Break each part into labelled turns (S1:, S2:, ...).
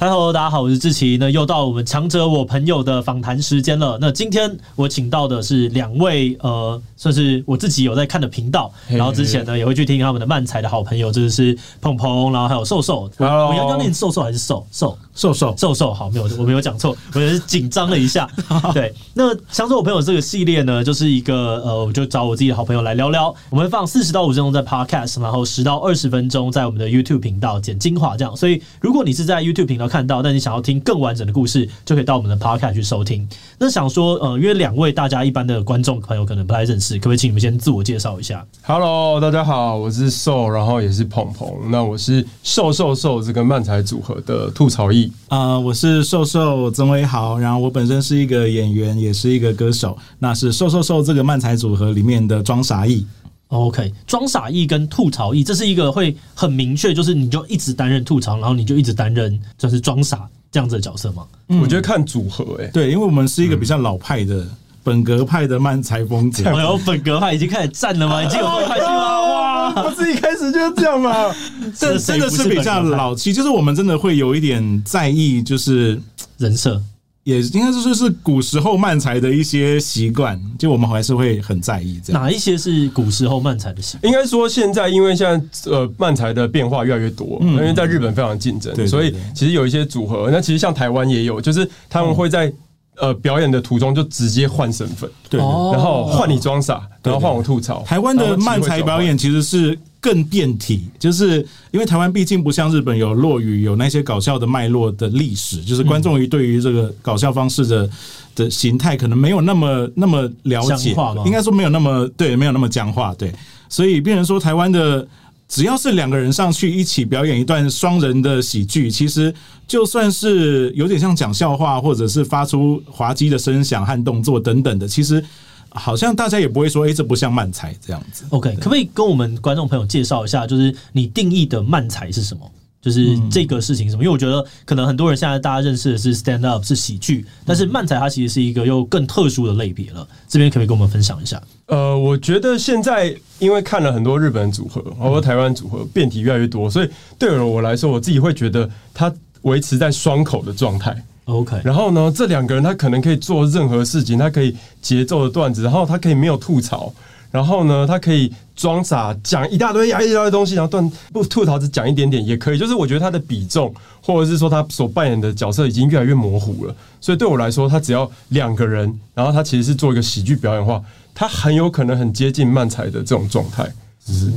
S1: 嗨喽，大家好，我是志奇。那又到我们强者我朋友的访谈时间了。那今天我请到的是两位呃，算是我自己有在看的频道，
S2: 嘿
S1: 然后之前呢也会去听他们的漫才的好朋友，就是鹏鹏，然后还有瘦瘦。我
S2: Hello
S1: 我要要念瘦瘦还是瘦瘦？
S2: 瘦瘦，
S1: 瘦瘦好，没有我没有讲错，我只是紧张了一下。对，那想说我朋友这个系列呢，就是一个呃，我就找我自己的好朋友来聊聊。我们放四十到五十分钟在 Podcast，然后十到二十分钟在我们的 YouTube 频道剪精华这样。所以如果你是在 YouTube 频道看到，但你想要听更完整的故事，就可以到我们的 Podcast 去收听。那想说呃，因为两位大家一般的观众朋友可能不太认识，可不可以请你们先自我介绍一下？
S2: Hello，大家好，我是瘦，然后也是鹏鹏。那我是瘦瘦瘦这个漫才组合的吐槽艺。
S3: 啊、我是瘦瘦曾威豪，然后我本身是一个演员，也是一个歌手，那是瘦瘦瘦这个漫才组合里面的装傻艺。
S1: OK，装傻役跟吐槽役，这是一个会很明确，就是你就一直担任吐槽，然后你就一直担任就是装傻这样子的角色吗？
S3: 嗯
S2: 我觉得看组合、欸，
S3: 对，因为我们是一个比较老派的、本格派的漫才风 格。
S1: 哎呦，本格派已经开始站了吗？已经有这么派系吗？哇！
S3: 啊
S2: 哎，不是一开始就是这样 吗？
S3: 这
S1: 谁
S3: 真的
S1: 不
S3: 是
S1: 本
S3: 比
S1: 格
S3: 较
S1: 派
S3: 老气，就是我们真的会有一点在意，就是
S1: 人设，
S3: 也应该是说是古时候漫才的一些习惯，就我们还是会很在意这样。
S1: 哪一些是古时候漫才的习？
S2: 应该说现在，因为现在呃漫才的变化越来越多，因为在日本非常竞争，
S3: 嗯对对
S2: 所以
S3: 对
S2: 其实有一些组合，那其实像台湾也有，就是他们会在。呃，表演的途中就直接换身份，
S3: 嗯对，对
S1: 哦
S2: 然后换你装傻，然后换我吐槽。
S3: 台湾的漫才表演其实是更变体，就是因为台湾毕竟不像日本有落语，有那些搞笑的脉络的历史，就是观众于对于这个搞笑方式的的形态可能没有那么那么了解
S1: 僵化吗，
S3: 应该说没有那么对，没有那么僵化，对，所以变成说台湾的。只要是两个人上去一起表演一段双人的喜剧，其实就算是有点像讲笑话，或者是发出滑稽的声响和动作等等的，其实好像大家也不会说，哎、这不像漫才这样子。
S1: OK，可不可以跟我们观众朋友介绍一下，就是你定义的漫才是什么？就是这个事情是什么？因为我觉得可能很多人现在大家认识的是 stand up 是喜剧，但是漫才它其实是一个又更特殊的类别了。这边可不可以跟我们分享一下？
S2: 呃，我觉得现在因为看了很多日本组合，包括台湾组合，变体越来越多，所以对于我来说，我自己会觉得它维持在双口的状态。
S1: OK，
S2: 然后呢，这两个人他可能可以做任何事情，他可以节奏的段子，然后他可以没有吐槽，然后呢，他可以装傻讲一大堆哎呀一大堆东西，然后段不吐槽只讲一点点也可以。就是我觉得他的比重，或者是说他所扮演的角色已经越来越模糊了。所以对我来说，他只要两个人，然后他其实是做一个喜剧表演的话，他很有可能很接近漫才的这种状态。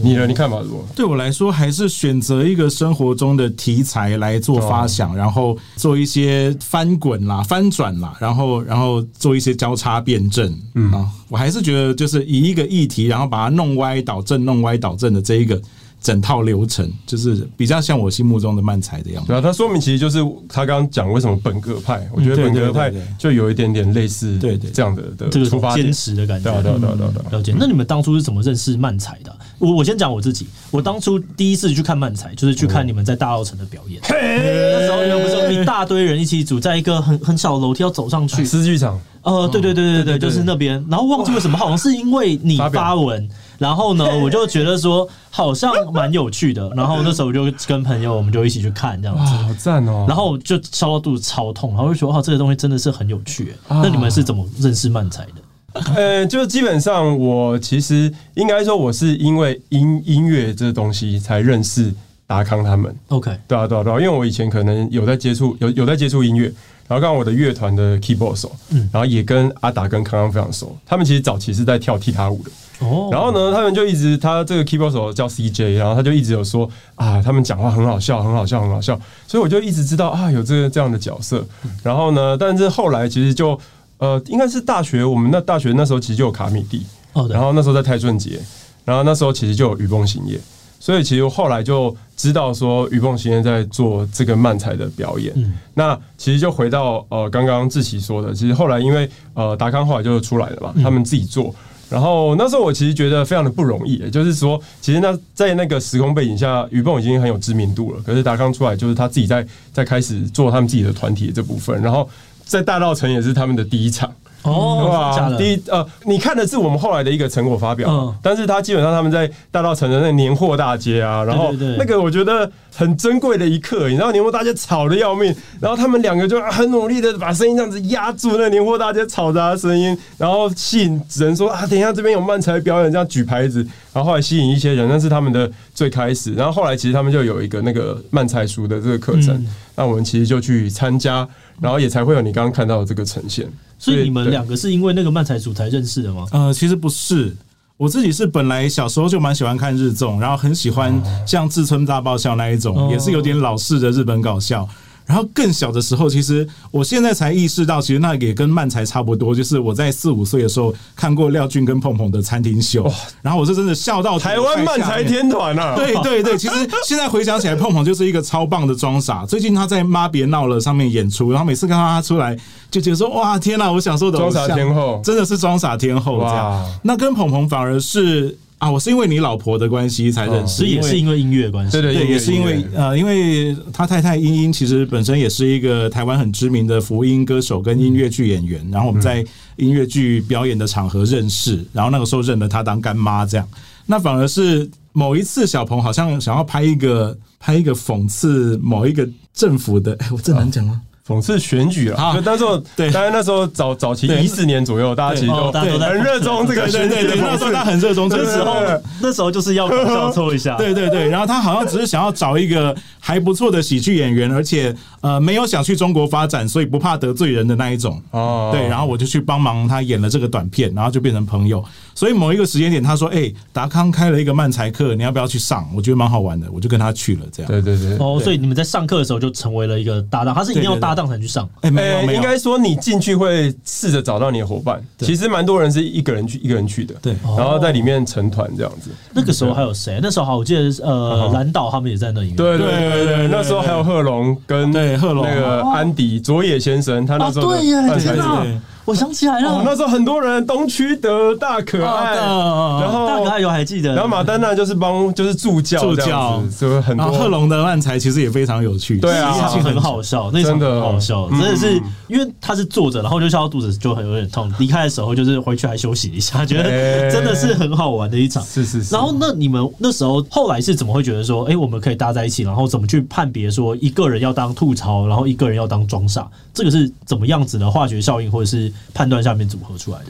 S2: 你呢？你看法如何？
S3: 对我来说，还是选择一个生活中的题材来做发想，然后做一些翻滚啦、翻转啦，然后然后做一些交叉辩证。嗯啊，我还是觉得就是以一个议题，然后把它弄歪导正、弄歪导正的这一个整套流程，就是比较像我心目中的漫才的样子。
S2: 对啊，他说明其实就是他刚刚讲为什么本格派，我觉得
S3: 对
S2: 本格
S3: 对对
S2: 派
S3: 对
S2: 就有一点点类似
S3: 对对
S2: 这样的的
S1: 这
S2: 出
S1: 个
S2: 发
S1: 坚
S2: 点。
S1: 持的感觉嗯
S2: 对。啊，对啊，对啊，对啊对啊。
S1: 了解。那你们当初是怎么认识漫才的啊？我我先讲我自己，我当初第一次去看漫才，就是去看你们在大澳城的表演。那时候你们不是有一大堆人一起组在一个很很小的楼梯要走上去，
S2: 私剧场，
S1: 呃，对对对对对，就是那边。然后忘记为什么，好像是因为你
S2: 发表
S1: 发文，然后呢，我就觉得说好像蛮有趣 的。然后那时候我就跟朋友，我们就一起去看这样
S2: 哇，
S1: 子。
S2: 好赞哦！
S1: 然后就烧到肚子超痛，然后就觉得哇，这个东西真的是很有趣耶。那你们是怎么认识漫才的？
S2: 呃，就基本上我其实应该说，我是因为音音乐这东西才认识达康他们。
S1: OK，
S2: 对啊，对啊，对啊，因为我以前可能有在接触，有有在接触音乐，然后刚好我的乐团的 keyboard 手，然后也跟阿达跟康康非常熟，他们其实早期是在跳踢踏舞的。
S1: 哦，
S2: 然后呢，他们就一直他这个 keyboard 手叫 CJ，然后他就一直有说啊，他们讲话很好笑，很好笑，很好笑，所以我就一直知道啊有这个这样的角色。然后呢，但是后来其实就呃，应该是大学，我们那大学那时候其实就有卡米蒂，
S1: 哦对
S2: 然后那时候在泰顺节，然后那时候其实就有雨崩行业，所以其实我后来就知道说雨崩行业在做这个漫才的表演。
S1: 嗯
S2: 那其实就回到呃刚刚志奇说的，其实后来因为呃达康后来就出来了嘛，
S1: 嗯
S2: 他们自己做。然后那时候我其实觉得非常的不容易，也就是说，其实那在那个时空背景下，于蹦已经很有知名度了。可是达康出来，就是他自己在在开始做他们自己的团体的这部分，然后在大道城也是他们的第一场，
S1: 哦，
S2: 哇，
S1: 真的假的？
S2: 第一呃，你看的是我们后来的一个成果发表，
S1: 嗯
S2: 但是他基本上他们在大稻城的那个年货大街啊，然后
S1: 对对对
S2: 那个我觉得很珍贵的一刻，你知道年货大街吵得要命，然后他们两个就啊很努力的把声音这样子压住，那个年货大街吵杂的声音，然后吸引人说啊，等一下这边有漫才表演，这样举牌子，然后后来吸引一些人，那是他们的最开始，然后后来其实他们就有一个那个漫才书的这个课程，
S1: 嗯
S2: 那我们其实就去参加，然后也才会有你刚刚看到的这个呈现。
S1: 所以你们
S2: 对
S1: 两个是因为那个漫才组才认识的吗？
S3: 呃，其实不是。我自己是本来小时候就蛮喜欢看日综，然后很喜欢
S2: 哦
S3: 像《志村大爆笑》那一种，
S1: 哦
S3: 也是有点老式的日本搞笑。然后更小的时候，其实我现在才意识到，其实那也跟漫才差不多，就是我在四五岁的时候看过廖俊跟碰碰的餐厅秀，然后我是真的笑到
S2: 哦台湾漫才
S3: 天。
S2: 天团啊，
S3: 对对对，其实现在回想起来，碰碰就是一个超棒的装傻。最近他在《妈别闹了》上面演出，然后每次看到他出来，就觉得说哇天哪、我小时候的偶像
S2: 装傻天后
S3: 真的是装傻天后这样
S2: 哇。
S3: 那跟鹏鹏反而是啊，我是因为你老婆的关系才认
S2: 哦
S3: 识，
S1: 所以也
S3: 因为
S1: 是因为音乐的关系。
S2: 对对
S3: 对，也是因为呃，因为他太太茵茵其实本身也是一个台湾很知名的福音歌手跟音乐剧演员，然后我们在音乐剧表演的场合认识，然后那个时候认了她当干妈这样。那反而是某一次小鹏好像想要拍一个拍一个讽刺某一个政府的，哎，我这能讲吗？
S2: 讽刺选举啊。
S3: 啊
S2: 就那时候，
S3: 对
S2: 当然那时候早早期
S3: 对
S2: 一四年左右，大家其实
S1: 哦
S2: 都
S1: 大家都在
S2: 很热衷这个
S3: 对对
S2: 选举
S3: 对对， 那
S2: 的
S3: 时候他
S2: 讽
S3: 很热衷这
S1: 那
S3: 个
S1: 时候
S2: 对
S1: 那时候就是要搞笑抽一 下。
S3: 对对对，然后他好像只是想要找一个还不错的喜剧演员，而且呃没有想去中国发展，所以不怕得罪人的那一种。
S2: 哦
S3: 对，然后我就去帮忙他演了这个短片，然后就变成朋友。所以某一个时间点，他说：“哎、达康开了一个漫才课，你要不要去上？我觉得蛮好玩的，我就跟他去了。”这样，
S2: 刺。对对对。
S1: 哦，所以你们在上课的时候就成为了一个搭档，他是一定要
S3: 对对对
S1: 搭档才去上。
S3: 哎、没有
S2: 哎，
S3: 没有，
S2: 应该说你进去会试着找到你的伙伴。其实蛮多人是一个人去，一个人去的。
S3: 对哦
S2: 然后在里面成团这样子。
S1: 那个时候还有谁？那时候好，我记得呃，蓝岛他们也在那里面。
S2: 对对
S3: 对
S2: 对
S3: 对
S2: 对，
S3: 对
S2: 那时候还有贺龙跟
S3: 对贺龙哦
S2: 那个安迪佐野先生，他那时候
S1: 啊对耶
S2: 漫才
S1: 天
S3: 对
S1: 哪
S2: 组
S3: 对对
S1: 我想起来
S2: 哦，
S1: 了，
S2: 那时候很多人，东区的大可爱，
S3: 哦
S2: 哎然后
S1: 大可爱有还记得。
S2: 然后马丹娜就是帮就是助教
S3: 助
S2: 这
S3: 教
S2: 样子，就是很
S3: 然
S2: 多
S3: 后贺龙的漫才其实也非常有趣，
S2: 对啊
S1: 那场很好笑，那场
S2: 真的
S1: 很好笑，真
S2: 嗯
S1: 的是因为他是坐着，然后就笑到肚子就很有点痛。离开的时候就是回去还休息一下，觉得
S2: 哎
S1: 真的是很好玩的一场。
S2: 是是是。
S1: 然后那你们那时候后来是怎么会觉得说，哎、我们可以搭在一起？然后怎么去判别说一个人要当吐槽，然后一个人要当装傻？这个是怎么样子的化学效应，或者是判断下面组合出来的？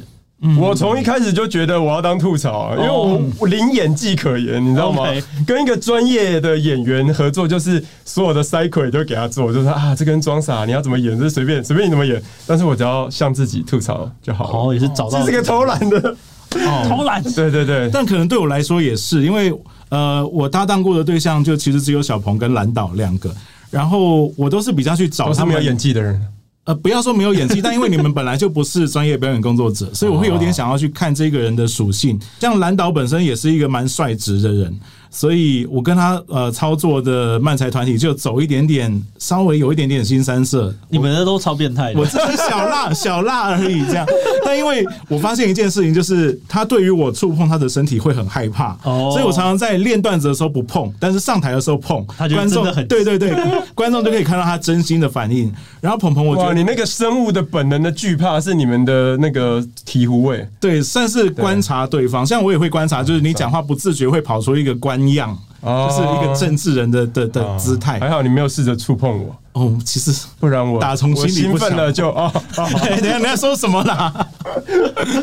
S2: 我从一开始就觉得我要当吐槽啊，因为我
S3: 哦
S2: 我零演技可言，你知道吗
S1: OK？
S2: 跟一个专业的演员合作，就是所有的 cycle 也都给他做，就是啊，这跟装傻，你要怎么演，这随便随便你怎么演，但是我只要向自己吐槽就
S1: 然
S2: 好
S1: 后
S2: 了。
S1: 哦也是找到
S2: 这是个偷懒 的，哦
S1: 偷懒，
S2: 对对对，
S3: 但可能对我来说也是，因为呃，我搭档过的对象就其实只有小鹏跟蓝岛两个，然后我都是比较去找
S2: 我是
S3: 他
S2: 没
S3: 们
S2: 有演技的人。
S3: 呃，不要说没有演技，但因为你们本来就不是专业表演工作 者，所以我会有点想要去看这个人的属性。像蓝导本身也是一个蛮率直的人，所以我跟他呃操作的漫才团体就走一点点，稍微有一点点新 三色。
S1: 你们那都超变态的
S3: 我。只是小辣 小辣而已，这样。但因为我发现一件事情，就是他对于我触碰他的身体会很害怕，
S1: 哦
S3: 所以我常常在练段子的时候不碰，但是上台的时候碰，
S1: 他觉得
S3: 观众
S1: 真的很
S3: 对对对，观众就可以看到他真心的反应。然后鹏鹏，我觉
S2: 哇，
S3: 得
S2: 你那个生物的本能的惧怕是你们的那个醍醐味。
S3: 对，算是观察对方。像我也会观察，就是你讲话不自觉会跑出一个官样，
S2: 哦哎
S3: 就是一个政治人的的的姿态
S2: 还。好你没有试着触碰我，
S3: 哦，其实。
S2: 不然我
S3: 打从心里
S2: 我兴
S3: 不
S2: 奋
S3: 想
S2: 了就啊， 哦
S3: 哎，等一下，你要说什么啦？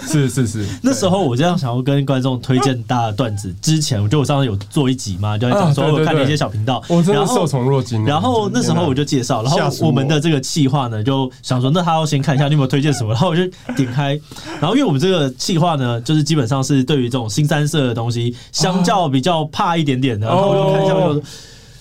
S2: 是是是，
S1: 那时候我这样想要跟观众推荐大家的段子，之前我觉得我上次有做一集嘛，就在讲
S2: 啊
S1: 说
S2: 对对
S1: 我看了一些
S2: 对
S1: 小频道，
S2: 我真
S1: 然
S2: 的
S1: 后
S2: 受宠若惊啊。
S1: 然后那时候我就介绍，然后
S2: 吓死
S1: 我
S2: 我
S1: 们的这个企划呢，就想说，那他要先看一下你有没有推荐什么，然 后我就点开，然后因为我们这个企划呢，就是基本上是对于这种新三色的东西，相较比较怕一点
S2: 哦
S1: 点的，然后我就看一下，我就说。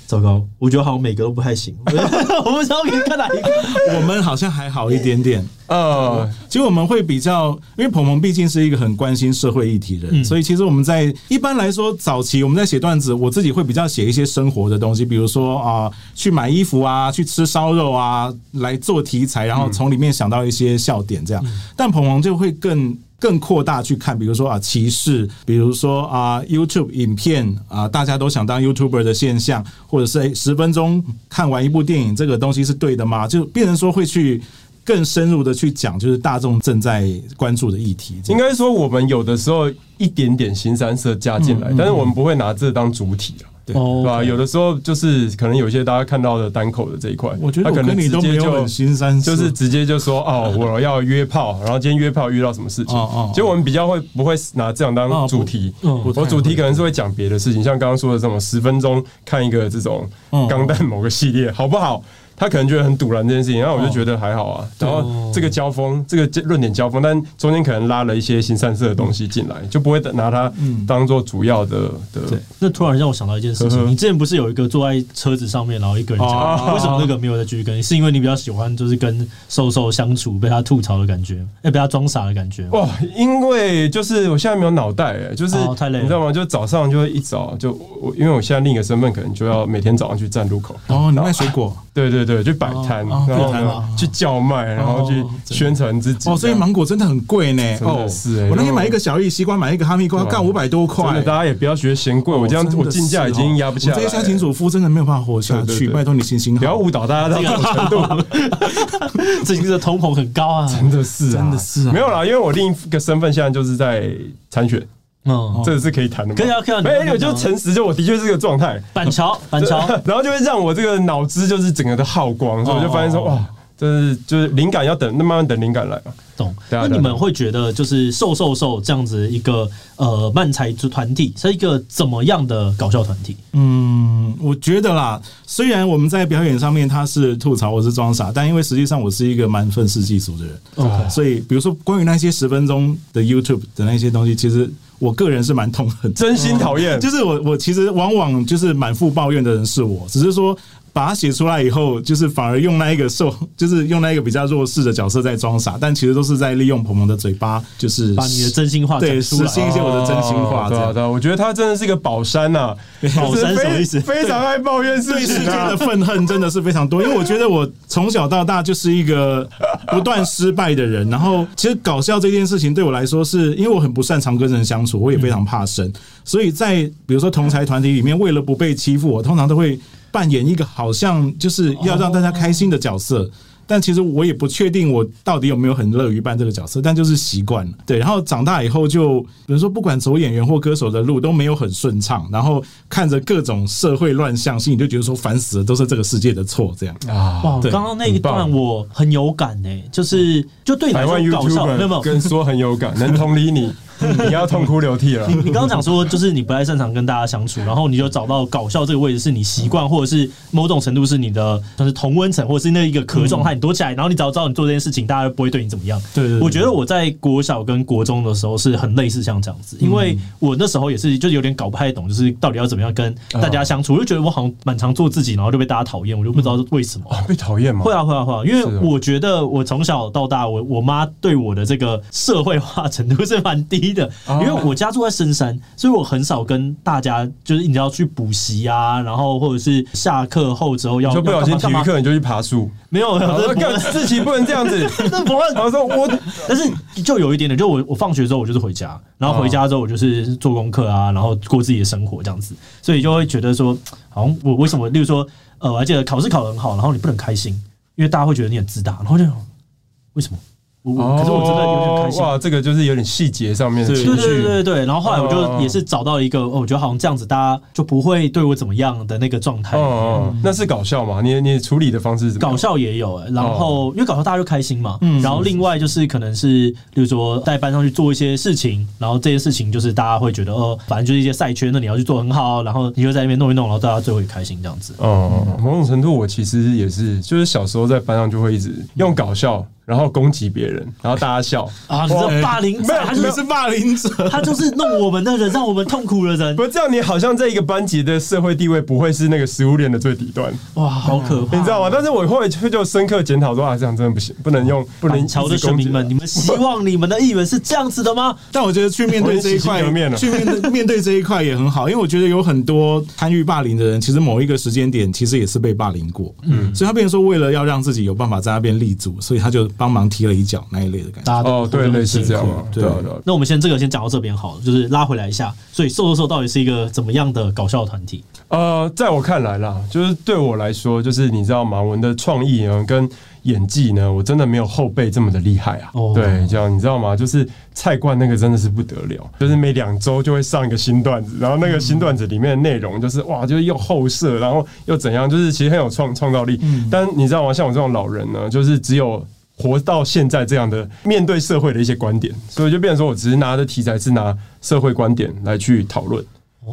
S1: 糟糕，我觉得好像每个都不太行， 我不知道可以看哪一个。
S3: 我们好像还好一点点。
S2: 呃，
S3: 其实我们会比较，因为鹏鹏毕竟是一个很关心社会议题的人，所以其实我们在一般来说早期我们在写段子，我自己会比较写一些生活的东西，比如说啊、去买衣服啊，去吃烧肉啊，来做题材，然后从里面想到一些笑点这样。但鹏鹏就会更。更扩大去看，比如说啊歧视，比如说啊 YouTube 影片啊，大家都想当 YouTuber 的现象，哎或者是十分钟看完一部电影，这个东西是对的吗？就变成说会去更深入的去讲，就是大众正在关注的议题。这
S2: 应
S3: 样
S2: 该说我们有的时候一点点新三色加进来，但是我们不会拿这当主体啊。
S3: 对
S2: 对吧？
S1: 嗯哦，
S2: 有的时候就是可能有一些大家看到的单口的这一块，
S3: 我觉得
S2: 他可
S3: 我
S2: 能
S3: 跟你
S2: 直
S3: 都
S2: 接
S3: 没有
S2: 就
S3: 很新三色
S2: 就是直接就说 哦，我要约炮，然后今天约炮遇到什么事情
S3: 哦哦哦？
S2: 其实我们比较会不会拿这样
S3: 哦
S2: 当
S3: 不
S2: 主题？
S1: 嗯
S3: 不太
S2: 我
S3: 会
S2: 主题可能是会讲别的事情，像刚刚说的这种十分钟看一个这种
S3: 嗯
S2: 钢弹某个系列，好不好？他可能觉得很堵然这件事情，然后我就觉得还好啊。然后这个交锋，这个论点交锋，但中间可能拉了一些新三色的东西进来，就不会拿它
S1: 嗯
S2: 当做主要的的
S3: 对
S1: 那突然让我想到一件事
S2: 呵
S1: 情，
S2: 呵啊
S1: 你之前不是有一个坐在车子上面，然后一个人讲，
S3: 哦
S1: 为什么那个没有再继续跟？是因为你比较喜欢就是跟瘦瘦相处，被他吐槽的感觉，哎，被他装傻的感觉。
S2: 哇，因为就是我现在没有脑袋、欸，就是、
S1: 哦太累了
S2: 你知道吗？就早上就会一早就我，因为我现在另一个身份可能就要每天早上去站路口，
S3: 哦，你卖水果
S2: 对对对，去摆摊，
S3: 哦
S2: 然后
S3: 摆摊
S2: 呢、
S3: 啊
S2: 去叫卖，然后去
S3: 哦
S2: 宣传自己。
S3: 哦，所以芒果真的很贵呢。
S2: 真
S3: 哦
S2: 的，是欸
S3: 我那
S2: 然
S3: 天
S2: 后
S3: 买一个小玉西瓜，买一个哈密瓜，
S2: 对啊
S3: 干五百多
S2: 真
S3: 块
S2: 的，。大家也不要学嫌贵，我这样
S3: 哦真的
S2: 我进价已
S3: 是
S2: 经
S3: 哦
S2: 压不下来、
S3: 我这些家
S2: 欸
S3: 庭主妇真的没有办法活下
S2: 对对
S3: 去，
S2: 对
S3: 拜托你行行
S2: 不要
S3: 好。
S2: 误导大家到这种程度，
S1: 这已经是通膨很高啊，
S2: 真的是啊，
S3: 真的是啊
S2: 没有啦，因为我另一个身份现在就是在参选，
S3: 哦
S1: 嗯，
S2: 这个是可以谈的吗？
S1: 可以啊可以啊
S2: 没
S1: 你要
S2: 有，我就
S1: 讲啊
S2: 诚实，就我的确是这个状态。
S1: 板 桥，板桥，
S2: 然后就会让我这个脑汁就是整个都耗光，所以我就发现说，
S3: 哦
S2: 哇，就是就是灵感要等，那慢慢等灵感来嘛。
S1: 懂。
S2: 对啊
S1: 那
S2: 对啊
S1: 你们会觉得就是瘦瘦瘦这样子一个呃漫才团体是一个怎么样的搞笑团体？
S3: 嗯，我觉得啦，虽然我们在表演上面他是吐槽我是装傻，但因为实际上我是一个蛮愤世嫉俗的人，
S2: 哦
S1: OK
S3: 所以比如说关于那些十分钟的 YouTube 的那些东西，其实我个人是蛮痛恨的。
S2: 真心讨厌，
S3: 就是我，我其实往往就是满腹抱怨的人是我，只是说把它写出来以后，就是反而用那一个受，就是用那一个比较弱势的角色在装傻，但其实都是在利用鹏鹏的嘴巴，就是
S1: 把你的真心话讲
S3: 对
S1: 出
S3: 实
S1: 来
S3: 现一些我的真心话，这
S2: 对啊
S3: 样
S2: 对啊，我觉得他真的是一个宝山呐，
S1: 宝山
S2: 就是非
S1: 什么意思
S2: 非常爱抱怨事
S3: 对世
S2: 情
S3: 界的
S2: 啊。
S3: 愤恨真的是非常多，因为我觉得我从小到大就是一个不断失败的人。然后，其实搞笑这件事情对我来说是，因为我很不擅长跟人相处，我也非常怕生，所以在比如说同才团体里面，为了不被欺负，我通常都会扮演一个好像就是要让大家开心的角色。但其实我也不确定我到底有没有很乐于扮这个角色，但就是习惯了。对，然后长大以后就，比如说不管走演员或歌手的路都没有很顺畅，然后看着各种社会乱象，心里就觉得说烦死了，都是这个世界的错这样。
S1: 哇，
S2: 啊，
S3: 对
S1: 刚刚那一
S2: 很棒
S1: 段我很有感诶、就是就对你来
S2: 台湾
S1: 说搞笑，没有没
S2: YouTuber
S1: 有，
S2: 跟说很有感，能同 理你，你要痛哭流涕了
S1: 你。你刚刚讲说，就是你不太擅长跟大家相处，然后你就找到搞笑这个位置是你习惯，或者是某种程度是你的，像是同温层，或者是那一个壳状态，你躲起来，然后你只要知道你做这件事情，大家都不会对你怎么样。
S3: 嗯对对对
S1: 我觉得我在国小跟国中的时候是很类似像这样子，因
S3: 嗯
S1: 为我那时候也是就是有点搞不太懂，就是到底要怎么样跟大
S3: 啊
S1: 家相处，我就觉得我好像蛮常做自己，然后就被大家讨厌，我就不
S3: 嗯
S1: 知道为什么。
S2: 啊，被讨厌吗？
S1: 会啊会啊会啊，因为
S2: 是哦
S1: 我觉得我从小到大，我我妈对我的这个社会化程度是蛮低的，
S2: 哦
S1: 因为我家住在深山，所以我很少跟大家就是你要去补习啊，然后或者是下课后之后要
S2: 你说不小
S1: 要干嘛干
S2: 心体育
S1: 嘛，
S2: 课你就去爬树，
S1: 没有没
S2: 然后
S1: 有，
S2: 说
S1: 这
S2: 干事情不能这样子。
S1: 这不论
S2: 然后说我
S1: 但是就有一点点，就我我放学之后我就是回家，然后回家之后我就是做功课啊，然后过自己的生活这样子，所以就会觉得说，好像我为什么，例如说，呃，我还记得考试考得很好，然后你不能开心，因为大家会觉得你很自大，然后就想为什么？我哦我可是我真的有点开心。
S2: 哇，这个就是有点细节上面的
S3: 对
S2: 情
S1: 对
S2: 绪。
S1: 对对对，然后后来我
S2: 哦
S1: 就也是找到一个，哦我觉得好像这样子，大家就不会对我怎么样的那个状态。
S2: 哦，那是搞笑嘛？你你处理的方式是怎么样？
S1: 搞笑也有、欸，然后、因为搞笑大家就开心嘛，然后另外就是可能是，比如说带班上去做一些事情，然后这些事情就是大家会觉得哦，反正就是一些赛圈，那你要去做很好，然后你就在那边弄一弄，然后大家最后也开心这样子。
S2: 哦，某种程度我其实也是，就是小时候在班上就会一直用搞笑，然后攻击别人，然后大家笑。
S1: 啊，你知道霸凌仔，他就是
S3: 霸凌者，
S1: 他就是弄我们的人，让我们痛苦的人
S2: 不，过这样你好像在一个班级的社会地位不会是那个食物链的最底端，
S1: 哇，好可怕！
S2: 你知道吗？但是我后来就就深刻检讨说啊，这样真的不行，不能用，不能
S1: 板桥的
S2: 一直
S1: 选
S2: 攻击
S1: 民们，你们希望你们的议员是这样子的吗？
S3: 但我觉得去面对这一
S2: 我
S3: 块
S2: 已经洗心革面了，啊
S3: 去面对面对这一块也很好，因为我觉得有很多参与霸凌的人，其实某一个时间点其实也是被霸凌过，嗯，所以他变成说为了要让自己有办法在那边立足，所以他就帮忙踢了一脚那一类的感觉。
S1: 大家都
S2: 哦，对，类似这样
S1: 嘛。
S2: 嘛，对啊
S3: 对
S2: 对啊。
S1: 那我们先这个先讲到这边好了，就是拉回来一下，所以瘦瘦瘦到底是一个怎么样的搞笑团体？
S2: 呃，在我看来啦，就是对我来说，就是你知道马文的创意呢跟演技呢，我真的没有后辈这么的厉害啊。
S1: 哦
S2: 对，这样你知道吗？就是菜冠那个真的是不得了，就是每两周就会上一个新段子，然后那个新段子里面的内容就是哇，就是又后设，然后又怎样，就是其实很有创创造力。但你知道吗？像我这种老人呢，就是只有。活到现在这样的面对社会的一些观点，所以就变成说我只是拿的题材是拿社会观点来去讨论，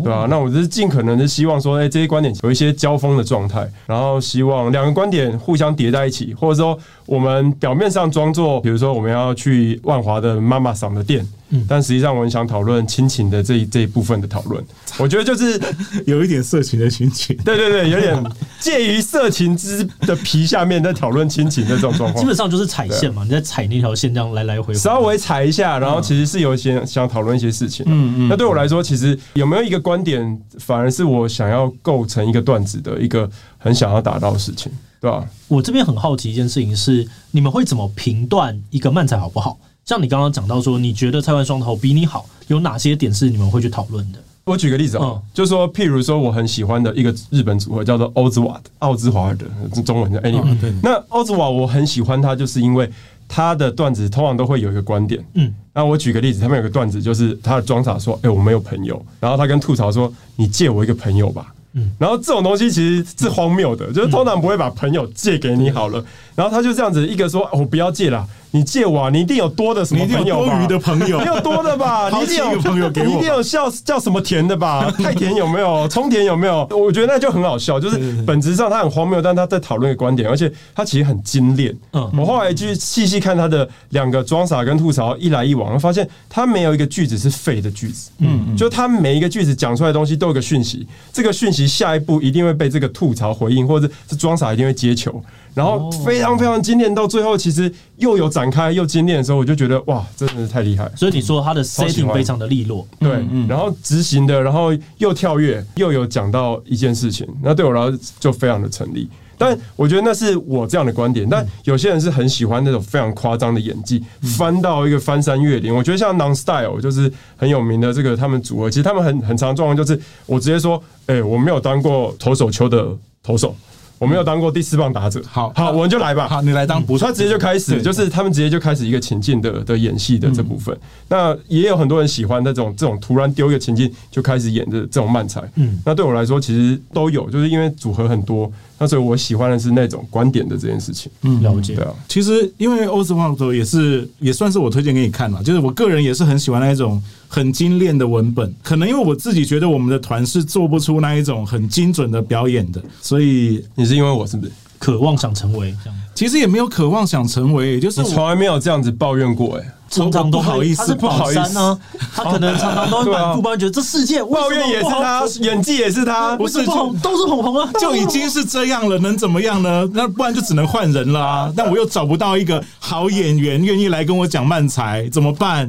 S2: 对啊，那我就是尽可能的希望说，哎、这些观点有一些交锋的状态，然后希望两个观点互相叠在一起，或者说我们表面上装作，比如说我们要去万华的妈妈桑的店，但实际上我很想讨论亲情的这一这一部分的讨论。我觉得就是，
S3: 有一点色情的心情
S2: 对对对，有点介于色情之的皮下面在讨论亲情的这种状
S1: 基
S2: 况
S1: 本。上就是踩线嘛，你在踩那条线这样来来回回。
S2: 哦啊稍微踩一下，然后其实是有一些想讨论一些事情、嗯嗯嗯。那对我来说，其实有没有一个观点，反而是我想要构成一个段子的一个很想要达到的事情，对吧、
S1: 我这边很好奇一件事情是，你们会怎么评断一个漫才好不好？像你刚刚讲到说，你觉得蔡万双头比你好，有哪些点是你们会去讨论的？
S2: 我举个例子啊、
S1: 嗯
S2: 就说譬如说我很喜欢的一个日本组合叫做欧兹瓦特，奥兹华尔德，中文叫 anyway、
S3: 嗯对
S2: 那欧兹瓦我很喜欢他，就是因为他的段子通常都会有一个观点。
S1: 嗯，
S2: 那我举个例子，他们有个段子就是他的装傻说：“哎、我没有朋友。”然后他跟吐槽说：“你借我一个朋友吧。”嗯，然后这种东西其实是荒谬
S3: 嗯
S2: 的，就是通常不会把朋友借给你好了。然后他就这样子一个说：“我、不要借啦，你借我、啊，你一定有多的什
S3: 你
S2: 么
S3: 一定
S2: 朋
S3: 有
S2: 友吧？
S3: 多余的朋友啊
S2: 你，有多的吧？你
S3: 抛
S2: 一
S3: 弃
S2: 定有
S3: 一个朋友给 我吧
S2: 你一定有叫叫什么甜的 吧？太甜有没有？冲甜有没有？我觉得那就很好笑，就是本质上他很荒谬，但他在讨论一个观点，而且他其实很精炼。
S1: 嗯
S2: 我后来去细细看他的两个装傻跟吐槽一来一往，发现他没有一个句子是废的句子。嗯，就他每一个句子讲出来的东西都有个讯息，这个讯息下一步一定会被这个吐槽回应，或者是装傻一定会接球。然后
S3: 哦
S2: 非常非常精炼，到最后其实又有展开又精炼的时候，我就觉得哇，真的是太厉害了。
S1: 所以你说他的
S2: 超喜
S1: setting
S2: 欢
S1: 非常的利落，
S2: 对，然后执行的，然后又跳跃，又有讲到一件事情，那对我来说就非常的成立。但我觉得那是我这样的观点，但有些人是很喜欢那种非常夸张的演技，翻到一个翻山越岭。我觉得像 Non Style 就是很有名的这个他们组合，其实他们很很常状况就是，我直接说，哎、我没有当过投手球的投手，我没有当过第四棒打者，
S3: 好
S2: 好，我们就来吧，
S3: 好，你来当补充
S2: 他直接就开始，
S3: 对
S2: 就是他们直接就开始一个情境的的演戏的这部分。那也有很多人喜欢那种这种突然丢一个情境就开始演的这种漫才。嗯，那对我来说其实都有，就是因为组合很多，那所以我喜欢的是那种观点的这件事情。嗯，
S1: 了解
S2: 对。啊，
S3: 其实因为欧斯旺头也是也算是我推荐给你看嘛，就是我个人也是很喜欢那一种很精炼的文本，可能因为我自己觉得我们的团是做不出那一种很精准的表演的，所以
S2: 你是因为我是不是？
S1: 渴望想成为这样，
S3: 其实也没有渴望想成为，也就是
S2: 你
S3: 我
S2: 从来没有这样子抱怨过哎、
S1: 常常都
S3: 我不好
S1: 会
S3: 意思
S1: 他是
S2: 不好意思
S1: 宝山啊，他可能常常都会
S2: 对啊
S1: 满腹抱怨，觉得这世界为什么
S2: 抱怨也是
S1: 不好
S2: 他，演技也是他，
S1: 不是不好，都是捧捧啊，
S3: 就已经是这样了，能怎么样呢？那不然就只能换人了啊！ 但我又找不到一个好演员愿意来跟我讲漫才，怎么办？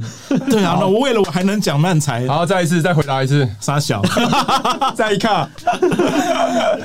S3: 对啊，那我为了我还能讲漫才，
S2: 好，再一次，再回答一次，
S3: 傻小。
S2: 再一看，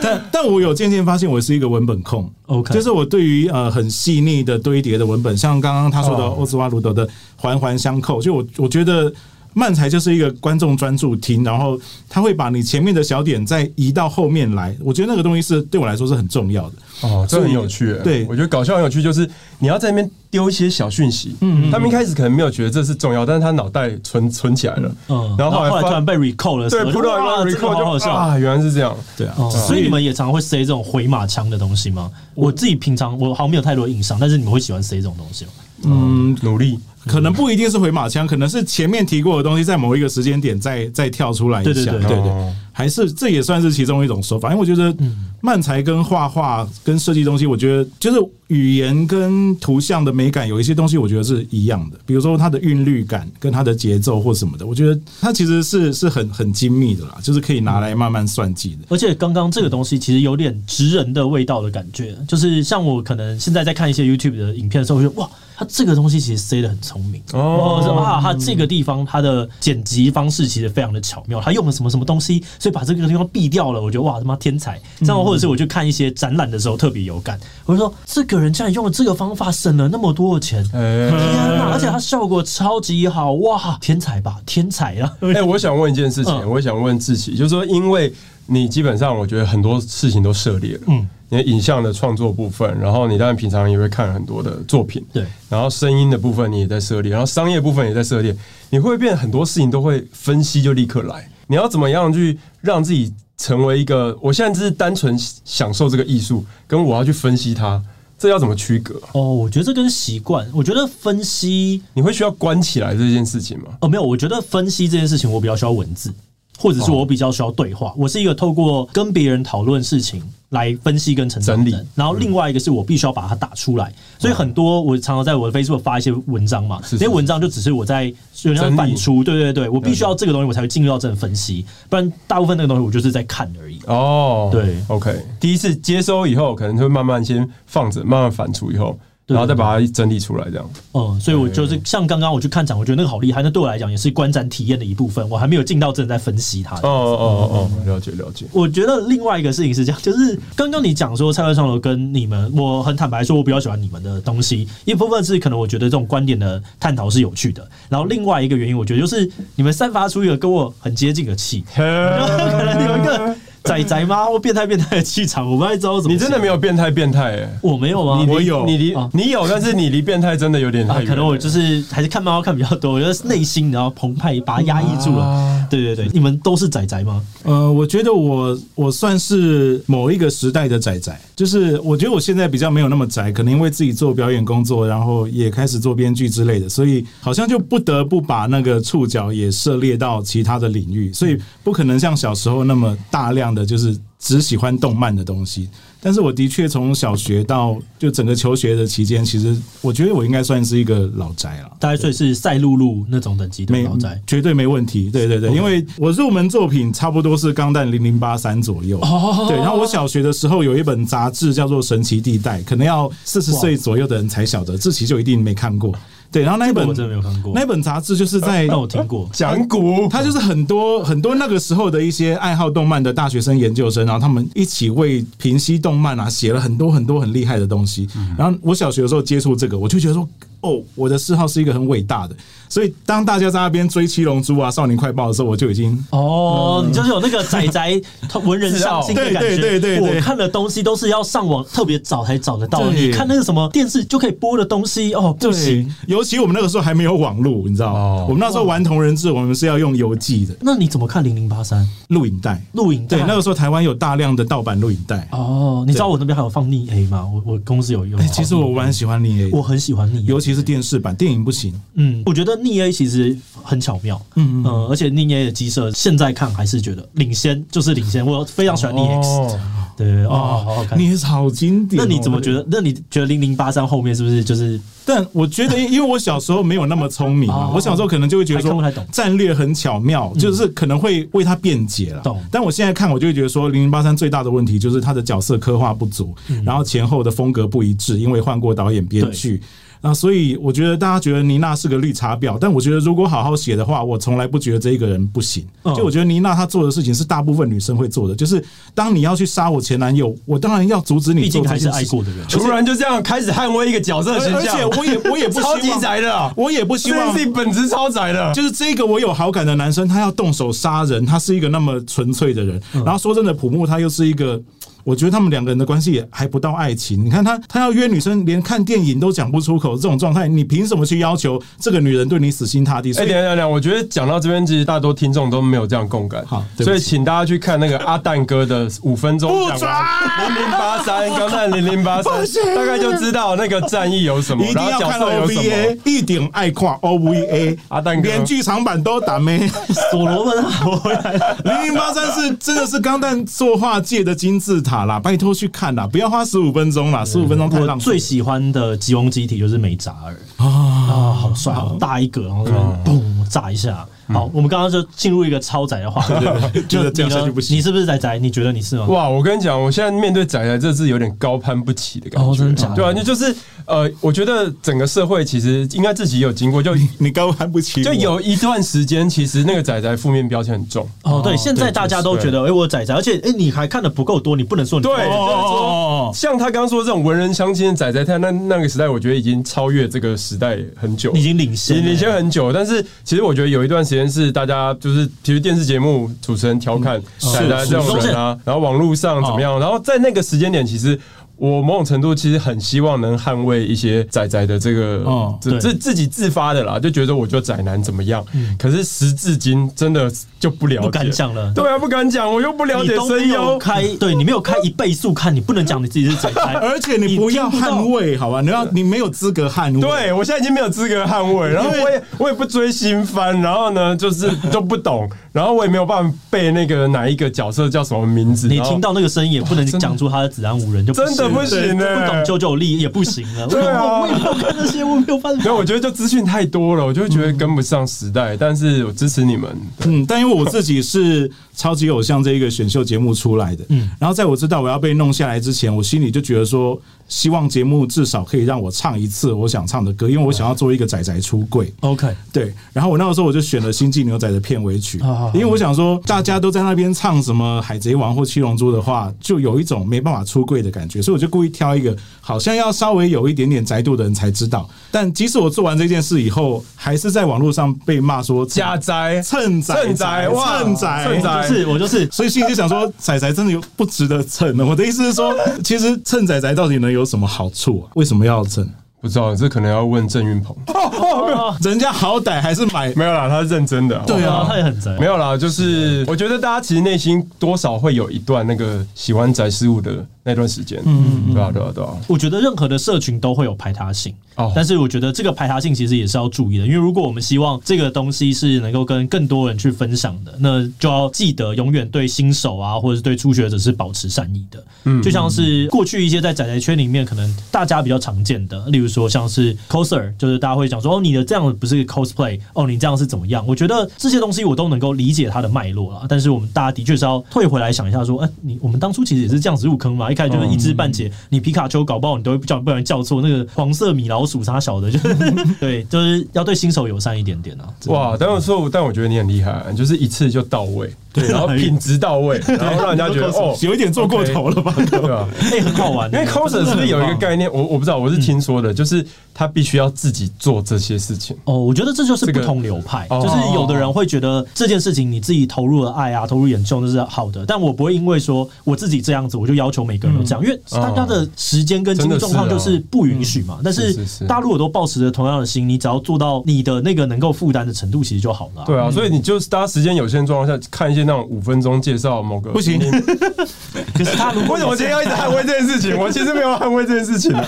S3: 但但我有渐渐发现，我是一个文本控。
S1: OK
S3: 就是我对于呃很细腻的堆叠的文本，像刚刚他说的
S2: 哦
S3: 欧斯瓦鲁德的环环相扣，就我我觉得。漫才就是一个观众专注听，然后他会把你前面的小点再移到后面来，我觉得那个东西是对我来说是很重要的。
S2: 哦，这
S3: 所以
S2: 很有趣、欸。
S3: 对
S2: 我觉得搞笑很有趣，就是你要在那边丢一些小讯息。
S1: 嗯
S2: 他们一开始可能没有觉得这是重要，但是他脑袋存存起来了。
S1: 嗯，
S2: 然
S1: 然
S2: 后
S1: 后后
S2: 后来
S1: 来
S2: 发
S1: 突然被 recall 了，
S2: 对，
S1: 我就
S2: 不知
S1: 哇
S2: 道
S1: 这个
S2: recall
S1: 好好
S2: 就
S1: 笑
S2: 啊，原来是这样。
S3: 对啊，
S1: 哦，所以你们也常会塞这种回马枪的东西吗？我自己平常我好像没有太多印象，但是你们会喜欢塞这种东西吗？
S2: 嗯，努力。
S3: 可能不一定是回马枪，可能是前面提过的东西，在某一个时间点再再跳出来一下，
S1: 对对对嗯
S3: 对
S2: 哦
S3: 还是这也算是其中一种手法。因为我觉得漫才跟画画跟设计东西，我觉得就是语言跟图像的美感有一些东西，我觉得是一样的，比如说它的韵律感跟它的节奏或什么的，我觉得它其实是是很很精密的啦，就是可以拿来慢慢算计的。
S1: 而且刚刚这个东西其实有点直人的味道的感觉，就是像我可能现在在看一些 YouTube 的影片的时候，我就觉得哇，他这个东西其实塞的很聪明。
S2: 哦
S1: 哦，说啊，他这个地方他的剪辑方式其实非常的巧妙，他用了什么什么东西，所以把这个地方避掉了。我觉得哇，他妈天才！这样或者是我去看一些展览的时候特别有感，我就说这个人竟然用了这个方法，省了那么多的钱。
S2: 哎
S1: 天呐！而且他效果超级好哇，天才吧，天才啊！
S2: 哎，我想问一件事情，
S1: 嗯
S2: 我想问志奇，就是说，因为你基本上我觉得很多事情都涉猎了，
S1: 嗯
S2: 嗯，你的影像的创作部分，然后你当然平常也会看很多的作品，
S1: 对
S2: 然后声音的部分你也在涉猎，然后商业部分也在涉猎，你会不会变很多事情都会分析就立刻来？你要怎么样去让自己成为一个？我现在只是单纯享受这个艺术，跟我要去分析它，这要怎么区隔？啊
S1: 哦，我觉得这跟习惯，呃我觉得分析
S2: 你会需要关起来这件事情吗？
S1: 哦，没有，我觉得分析这件事情，我比较需要文字，或者是我比较需要对话。我是一个透过跟别人讨论事情来分析跟成长的
S2: 整
S1: 人
S2: 理，
S1: 然后另外一个是我必须要把它打出来。所以很多我常常在我的 Facebook 发一些文章嘛，
S2: 是
S1: 那些文章就只是我在有点像
S2: 整理嗯
S1: 反刍，对对对，我必须要这个东西我才会进入到真的分析，不然大部分那个东西我就是在看而已。
S2: 哦，
S1: 对
S2: ，OK，第一次接收以后，可能会慢慢先放着，慢慢反刍以后，
S1: 对
S2: 然后再把它整理出来，这样。
S1: 嗯，所以我就是像刚刚我去看展，我觉得那个好厉害，那对我来讲也是观展体验的一部分，我还没有进到真的在分析它。
S2: 哦哦哦哦，了解了解。
S1: 我觉得另外一个事情是这样，就是刚刚你讲说蔡文上楼跟你们，我很坦白说，我比较喜欢你们的东西，一部分是可能我觉得这种观点的探讨是有趣的，然后另外一个原因，我觉得就是你们散发出一个跟我很接近的气，可能有一个仔仔妈或变态变态的气场，我不太知道怎么。
S2: 你真的没有？变态变态哎、
S1: 我没有吗？
S2: 你
S3: 我
S2: 离
S3: 有
S2: 你离
S1: 啊
S2: 你有，但是你离变态真的有点太
S1: 啊
S2: 远、，
S1: 可能我就是还是看漫画看比较多，我觉得内心然后澎湃，把它压抑住了
S2: 啊。
S1: 对对对，你们都是仔仔吗？
S3: 呃，我觉得我我算是某一个时代的仔仔，就是我觉得我现在比较没有那么宅，可能因为自己做表演工作，然后也开始做编剧之类的，所以好像就不得不把那个触角也涉猎到其他的领域，所以不可能像小时候那么大量的就是只喜欢动漫的东西。但是我的确从小学到就整个求学的期间，其实我觉得我应该算是一个老宅了。
S1: 大概所以是赛璐璐那种等级的
S3: 没
S1: 老宅。
S3: 绝对没问题。对对对，因为我入门作品差不多是《钢弹零零八三》左右。
S1: 哦
S3: 对，然后我小学的时候有一本杂志叫做《神奇地带》，可能要四十岁左右的人才晓得，志奇就一定没看过。对，然后那一
S1: 这个
S3: 本
S1: 我真的没有看过
S3: 那一本杂志就 是在
S1: 但我听过，
S2: 讲古，
S3: 他就是很多很多那个时候的一些爱好动漫的大学生、研究生，然后他们一起为平息动漫啊写了很多很多很厉害的东西。然后我小学的时候接触这个，我就觉得说，哦，我的嗜好是一个很伟大的。所以当大家在那边追《七龙珠》啊、《少年快报》的时候，我就已经
S1: 哦，你就是有那个仔仔他文人相性的感觉。
S3: 对对对对对
S1: 我看的东西都是要上网特别早才找得到的。
S3: 对
S1: 你看那个什么电视就可以播的东西，哦，不
S3: 对
S1: 行。，
S3: 尤其我们那个时候还没有网络，你知道吗？
S2: 哦
S3: 我们那时候玩同人志，我们是要用邮寄的
S1: 那你怎么看零零八三
S3: 录影带。
S1: 录影带？
S3: 对，那个时候台湾有大量的盗版录影带。
S1: 哦，你知道我那边还有放逆 A 吗？我我公司有用
S3: 哎、。其实我蛮喜欢你，
S1: 我很喜欢逆 A，
S3: 尤其是电视版，电影不行。
S1: 嗯，我觉得逆 A 其实很巧妙，嗯嗯、而且逆 A 的机设现在看还是觉得领先就是领先，我非常喜欢逆 X，、
S2: 哦
S1: 对对对，哦，好好看。
S3: 你也是好经典哦、
S1: 那你怎么觉得？那你觉得零零八三后面是不是就是
S3: 但我觉得，因为我小时候没有那么聪明嘛
S1: 哦，
S3: 我小时候可能就会觉得
S1: 还看不
S3: 说
S1: 太懂
S3: 战略很巧妙，就是可能会为他辩解了
S1: 懂。
S3: 但我现在看，我就会觉得说，零零八三最大的问题就是他的角色刻画不足，然后前后的风格不一致，因为换过导演编剧。那所以我觉得大家觉得妮娜是个绿茶婊，但我觉得如果好好写的话，我从来不觉得这一个人不行。
S1: 嗯
S3: 就我觉得妮娜她做的事情是大部分女生会做的，就是当你要去杀我前男友，我当然要阻止你
S1: 毕
S3: 做
S1: 竟
S3: 这
S1: 还
S3: 件事
S1: 是
S3: 情。
S1: 爱过的人？
S2: 突然就这样开始捍卫一个角色的
S3: 而
S2: 形
S3: 且
S2: 象，
S3: 我也我也不希
S2: 超
S3: 望
S2: 级宅的啊，
S3: 我也不希
S2: 这件
S3: 望
S2: 事。情本质超宅的，
S3: 就是这个我有好感的男生，他要动手杀人，他是一个那么纯粹的人。
S2: 嗯
S3: 然后说真的，普木他又是一个，我觉得他们两个人的关系也还不到爱情。你看他，他要约女生，连看电影都讲不出口，这种状态，你凭什么去要求这个女人对你死心塌地？所
S2: 哎、
S3: 以
S2: 等一下等一下，我觉得讲到这边，其实大多听众都没有这样共感。
S3: 好对不起
S2: 所以请大家去看那个阿蛋哥的五分钟
S3: 不
S2: 讲
S3: 准
S2: 完零零八三，刚才零零八三，大概就知道那个战役有什么，
S3: 一
S2: 然
S3: 定
S2: 后
S3: 要
S2: 角
S3: 看
S2: 色有什么
S3: OVA，。一点爱跨 OVA，
S2: 阿蛋哥
S3: 连剧场版都打咩？
S1: 所罗门 啊，我回来了。
S3: 零零八三是真的是钢弹作画界的金字塔啦，拜托去看啦，不要花十五分钟啦，十五分钟太
S1: 我
S3: 浪费
S1: 最。喜欢的吉翁机体就是美扎尔啊好帅，好嗯大一个，然后这边嘣炸一下。好，我们刚刚就进入一个超宅的话 题，
S3: 觉得这样
S1: 你呢
S3: 下去不行
S1: 你是不是宅宅？你觉得你是吗？
S2: 哇，我跟你讲，我现在面对仔仔这字有点高攀不起的感觉，
S1: 哦真的假的
S2: 对啊，你就是呃，我觉得整个社会其实应该自己有经 过，就
S3: 你高攀不起我，
S2: 就有一段时间，其实那个仔仔负面标签很重。
S1: 哦，对，现在大家都觉得，哎，我仔仔，而且，哎，你还看的不够多，你不能说你
S2: 对，
S1: 不够
S2: 就是
S1: 多哦
S2: 说，像他刚刚说这种文人相亲的仔仔，他那那个时代，我觉得已经超越这个时代很久了，
S1: 你已经领先了，
S2: 领先很久。但是其实我觉得有一段时间是大家就是，其实电视节目主持人调侃仔
S1: 嗯
S2: 仔这种人啊，然后网络上怎么
S1: 哦
S2: 样，然后在那个时间点，其实。我某种程度其实很希望能捍卫一些仔仔的这个
S3: 哦，
S2: 这
S1: 对嗯
S2: 自自己自发的啦，就觉得我就宅男怎么样。可是时至今真的就不了解，
S1: 不敢讲了
S2: 对啊，不敢讲，我又不了
S1: 你
S2: 解
S1: 都
S2: 声
S1: 没
S2: 优
S1: 有， 开，对你没有开一倍速看，你不能讲你自己是仔仔，
S3: 而且你不要
S1: 听到
S3: 捍卫，好吧？你要你没有资格捍 卫。
S2: 对我现在已经没有资格捍卫，然后我也我也不追新番，然后呢就是都不懂，然后我也没有办法背那个哪一个角色叫什么名字。
S1: 你
S2: 然后
S1: 听到那个 声音也不能讲出他的子安无人，就
S2: 哦真的不行
S1: 了
S2: 欸
S1: 不懂九九力也不行了。
S2: 对啊
S1: 我我也没有看这些，我没有办
S2: 没
S1: 法。
S2: 有，我觉得就资讯太多了，我就会觉得跟不上时代。但是我支持你们，
S3: 嗯，但因为我自己是超级偶像这一个选秀节目出来的，嗯，然后在我知道我要被弄下来之前，我心里就觉得说，希望节目至少可以让我唱一次我想唱的歌，因为我想要做一个仔仔出柜。
S1: OK，
S3: 对，然后我那个时候我就选了《星际牛仔》的片尾曲
S1: 啊，
S3: 因为我想说，大家都在那边唱什么《海贼王》或《七龙珠》的话，就有一种没办法出柜的感觉，所以我就故意挑一个好像要稍微有一点点宅度的人才知道。但即使我做完这件事以后，还是在网络上被骂说
S2: 家宅
S3: 蹭仔
S2: 趁宅哇
S3: 蹭仔
S2: 趁宅
S1: 就是我就是
S3: 所以心里就想说，仔仔真的有不值得蹭啊的。我的意思是 说，其实蹭仔仔到底能有什么好处啊？为什么要蹭？
S2: 不知道这可能要问郑云鹏。
S3: 哦人家好歹还是买
S2: 没有啦，他是认真的。
S3: 对啊
S1: 啊，他也很宅
S2: 没。有啦，就是我觉得大家其实内心多少会有一段那个喜欢宅事物的那段时间，嗯，对啊，对啊，对啊，
S1: 我觉得任何的社群都会有排他性，
S2: 哦
S1: 但是我觉得这个排他性其实也是要注意的，因为如果我们希望这个东西是能够跟更多人去分享的，那就要记得永远对新手啊，或者是对初学者是保持善意的。嗯，就像是过去一些在宅宅圈里面可能大家比较常见的，例如说像是 coser，就是大家会讲说哦，你的这样不是 cosplay，哦，你这样是怎么样？我觉得这些东西我都能够理解它的脉络啦，但是我们大家的确是要退回来想一下，说，哎、你我们当初其实也是这样子入坑嘛，一开始就是一知半
S2: 嗯
S1: 解，你皮卡丘搞不好你都会叫不然叫错那个黄色米老鼠啥小的，就是 对，就是要对新手友善一点点啊。
S2: 哇！但我说，但我觉得你很厉害，就是一次就到位，对，啊然后品质到 位，然后让人家觉得哦，
S3: 有一点做过头了吧？
S2: 对吧？
S1: 哎、很好玩、
S2: 因为 coser 是不是有一个概念？我我不知道，我是听说的，就是他必须要自己做这些事情。
S1: 哦，我觉得这就是
S2: 这
S1: 不
S2: 个
S1: 同流派，
S2: 哦
S1: 就是有的人会觉得这件事情你自己投入了爱啊，投入研究那是好的，但我不会因为说我自己这样子，我就要求每个人都这样，因为大家的时间跟经济状况
S2: 嗯真
S1: 就
S2: 的是啊
S1: 是不允许嘛。但
S2: 是是
S1: 是
S2: 是
S1: 大家如果都保持着同样的心，你只要做到你的那个能够负担的程度，其实就好了、
S2: 对，啊，所以你就是大家时间有限状况下看一些那种五分钟介绍某个
S3: 不行
S2: 你
S1: 可是他如果
S2: 为什么今天要一直捍卫这件事情？我其实没有捍卫这件事情啊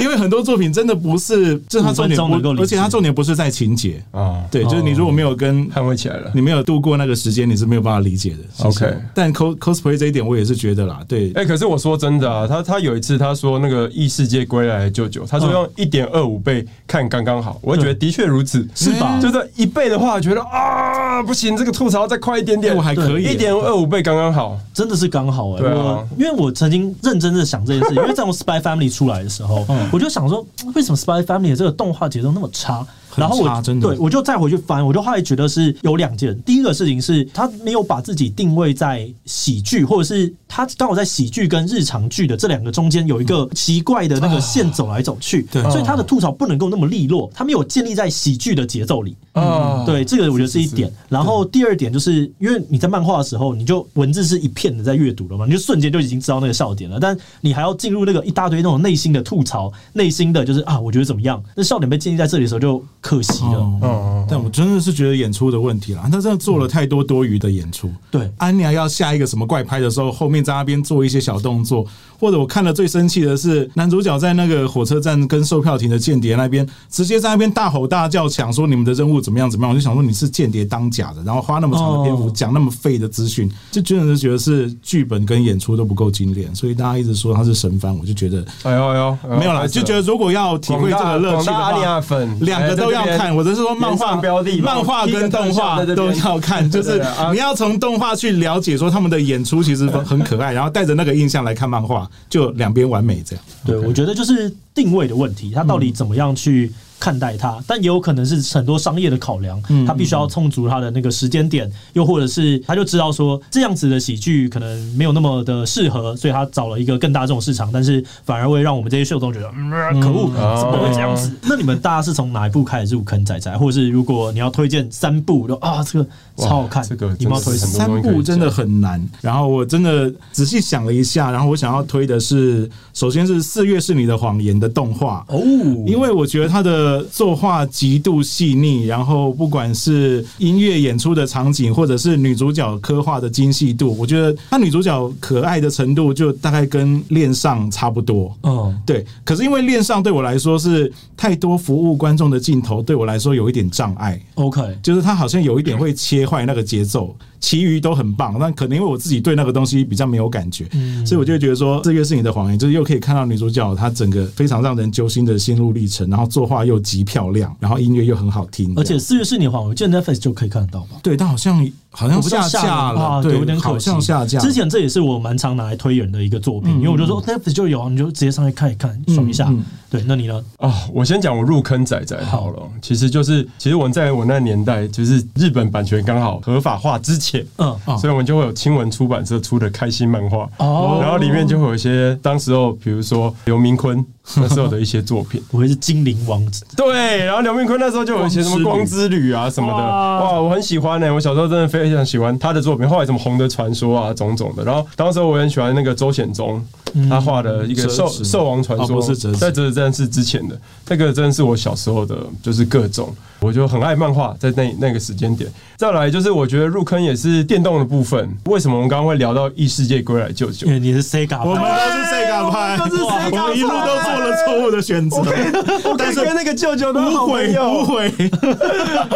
S3: 因为很多作品真的不是， 就是它重点
S1: 五分钟能够理
S3: 不，
S1: 解
S3: 而且它重点不是在情节，
S2: 啊，
S3: 对，就是你如果没有跟
S2: 捍卫起来了
S3: 你。没有度过那个时间，你是没有办法理解的。是不是
S2: OK
S3: 但 cos cosplay 这一点我也是觉得啦，对，
S2: 哎、可是我说真的啊，他他有一次他说那个异世界归来的舅舅，他
S3: 嗯
S2: 说用一点二五倍看刚刚好，我也觉得的确如此，嗯
S1: 是吧
S2: 就是一倍的话，觉得啊不行，这个吐槽再快一点点，
S3: 我还可以
S2: 一点二五倍刚刚好。
S1: 真的是刚好哎、
S2: 对啊
S1: 我因为我曾经认真的想这件 事，因为在我 Spy Family 出来的时候，
S3: 嗯
S1: 我就想说，为什么 Spy Family 的这个动画节奏那么差？
S3: 很
S1: 然后
S3: 差
S1: 我
S3: 真的
S1: 对我就再回去翻，我就后来觉得是有两件，第一个事情是他没有把自己定位在喜剧，或者是他刚好在喜剧跟日常剧的这两个中间有一个奇怪的那个线走来走去，
S3: 对
S1: 所以他的吐槽不能够那么利落，他没有建立在喜剧的节奏里，
S3: 嗯
S2: 啊，
S1: 对，这个我觉哦得是一点。然后第二点就是，因为你在漫画的时候，你就文字是一片的在阅读了嘛，你就瞬间就已经知道那个笑点了。但你还要进入那个一大堆那种内心的吐槽，内心的就是啊，我觉得怎么样？那笑点被建立在这里的时候就可惜了。
S2: 嗯，
S3: 但我真的是觉得演出的问题啦，他真的做了太多多余的演出。
S1: 对
S3: 安妮亚要下一个什么怪拍的时候，后面在那边做一些小动作，或者我看了最生气的是男主角在那个火车站跟售票亭的间谍那边，直接在那边大吼大叫，抢说你们的任务怎么样怎么样，我就想说你是间谍当假的，然后花那么长的篇幅
S1: 哦
S3: 讲那么废的资讯，就真的是觉得是剧本跟演出都不够精炼，所以大家一直说他是神番，我就觉得
S2: 哎呦哎呦，哎呦
S3: 没有啦，就觉得。如果要体会这个乐
S2: 广
S3: 趣的
S2: 大广大阿尼
S3: 话
S2: 亚，粉 哎
S3: 两个都都要看，我只是说漫画
S2: 上标的
S3: 漫画跟动画都要看，
S2: 对
S3: 就
S2: 对对
S3: 是
S2: 啊
S3: 你要从动画去了解说他们的演出其实很很可爱，然后带着那个印象来看漫画，就两边完美这样。
S1: 对，我觉得就是定位的问题，它到底怎么样去看待它？
S2: 嗯
S1: 但也有可能是很多商业的考量，它必须要充足它的那个时间点，又或者是他就知道说这样子的喜剧可能没有那么的适合，所以他找了一个更大众市场，但是反而会让我们这些秀东觉得，嗯，可恶，怎么会这样
S2: 嗯
S1: 子？那你们大家是从哪一部开始入坑仔仔，或者是如果你要推荐三部，就啊，这个超好看，
S2: 哇这个
S1: 你们要推
S2: 真
S1: 什
S2: 是
S1: 么？
S2: 很多东西
S3: 三
S2: 可以
S3: 部真的很难。然后我真的仔细想了一下，然后我想要推的是，首先是《四月是你的谎言》的动画
S1: 哦，
S3: 因为我觉得他的作画极度细腻，然后不管是音乐演出的场景，或者是女主角刻画的精细度，我觉得她女主角可爱的程度就大概跟恋上差不多。
S1: 嗯，
S3: 对，可是因为恋上对我来说是太多服务观众的镜头，对我来说有一点障碍。
S2: 嗯
S1: ，OK，
S3: 就是它好像有一点会切坏那个节奏，其余都很棒。那可能因为我自己对那个东西比较没有感觉，
S1: 嗯
S3: 所以我就觉得说，这个是你的谎言，就是又可以看到女主角她整个非常让人揪心的心路历程，然后作画又极漂亮，然后音乐又很好听，
S1: 而
S3: 这
S1: 且
S3: 样
S1: 四月是你的谎，我记得 Netflix 就可以看得到吧？
S3: 对，但好像好
S1: 我
S3: 像
S1: 不知道
S3: 下架了，
S1: 啊
S3: 对，
S1: 有点可惜
S3: 好像下架了。
S1: 之前这也是我蛮常拿来推人的一个作品，因为我就说 Netflix 就有啊，你就直接上去看一看，爽一下。
S3: 嗯
S1: 对，那你呢？
S2: 哦，我先讲我入坑仔仔好了。其实就是，其实我在我那年代，就是日本版权刚好合法化之前，
S1: 嗯，
S3: 哦
S2: 所以我们就会有亲文出版社出的开心漫画，
S1: 哦，
S2: 然后里面就会有一些当时候，比如说刘明坤那时候的一些作品
S1: 我会是精灵王子，
S2: 对，然后刘明坤那时候就有一些什么光之旅啊什么的，
S1: 哇
S2: 哇，我很喜欢呢、欸我小时候真的非常喜欢他的作品，后来什么红的传说啊种种的，然后当时候我很喜欢那个周显宗，
S3: 嗯
S2: 他画的一个
S3: 折
S2: 兽
S3: 纸
S2: 兽王传
S3: 哦
S2: 说，
S3: 不是折纸
S2: 在折纸战士之前的，那个真的是我小时候的，就是各种，我就很爱漫画，在那那个时间点。再来就是我觉得入坑也是电动的部分，为什么我们刚刚会聊到异世界归来舅舅
S1: 因？为呃你是 Sega
S3: 我们
S1: 派。
S3: 都是 Sega 派，
S2: 我们都是 Sega
S3: 我们一路
S2: 派
S3: 都做了错误的选择， 但是
S2: 跟那个舅舅都好
S3: 无
S2: 朋
S3: 悔
S2: 友
S3: 无悔。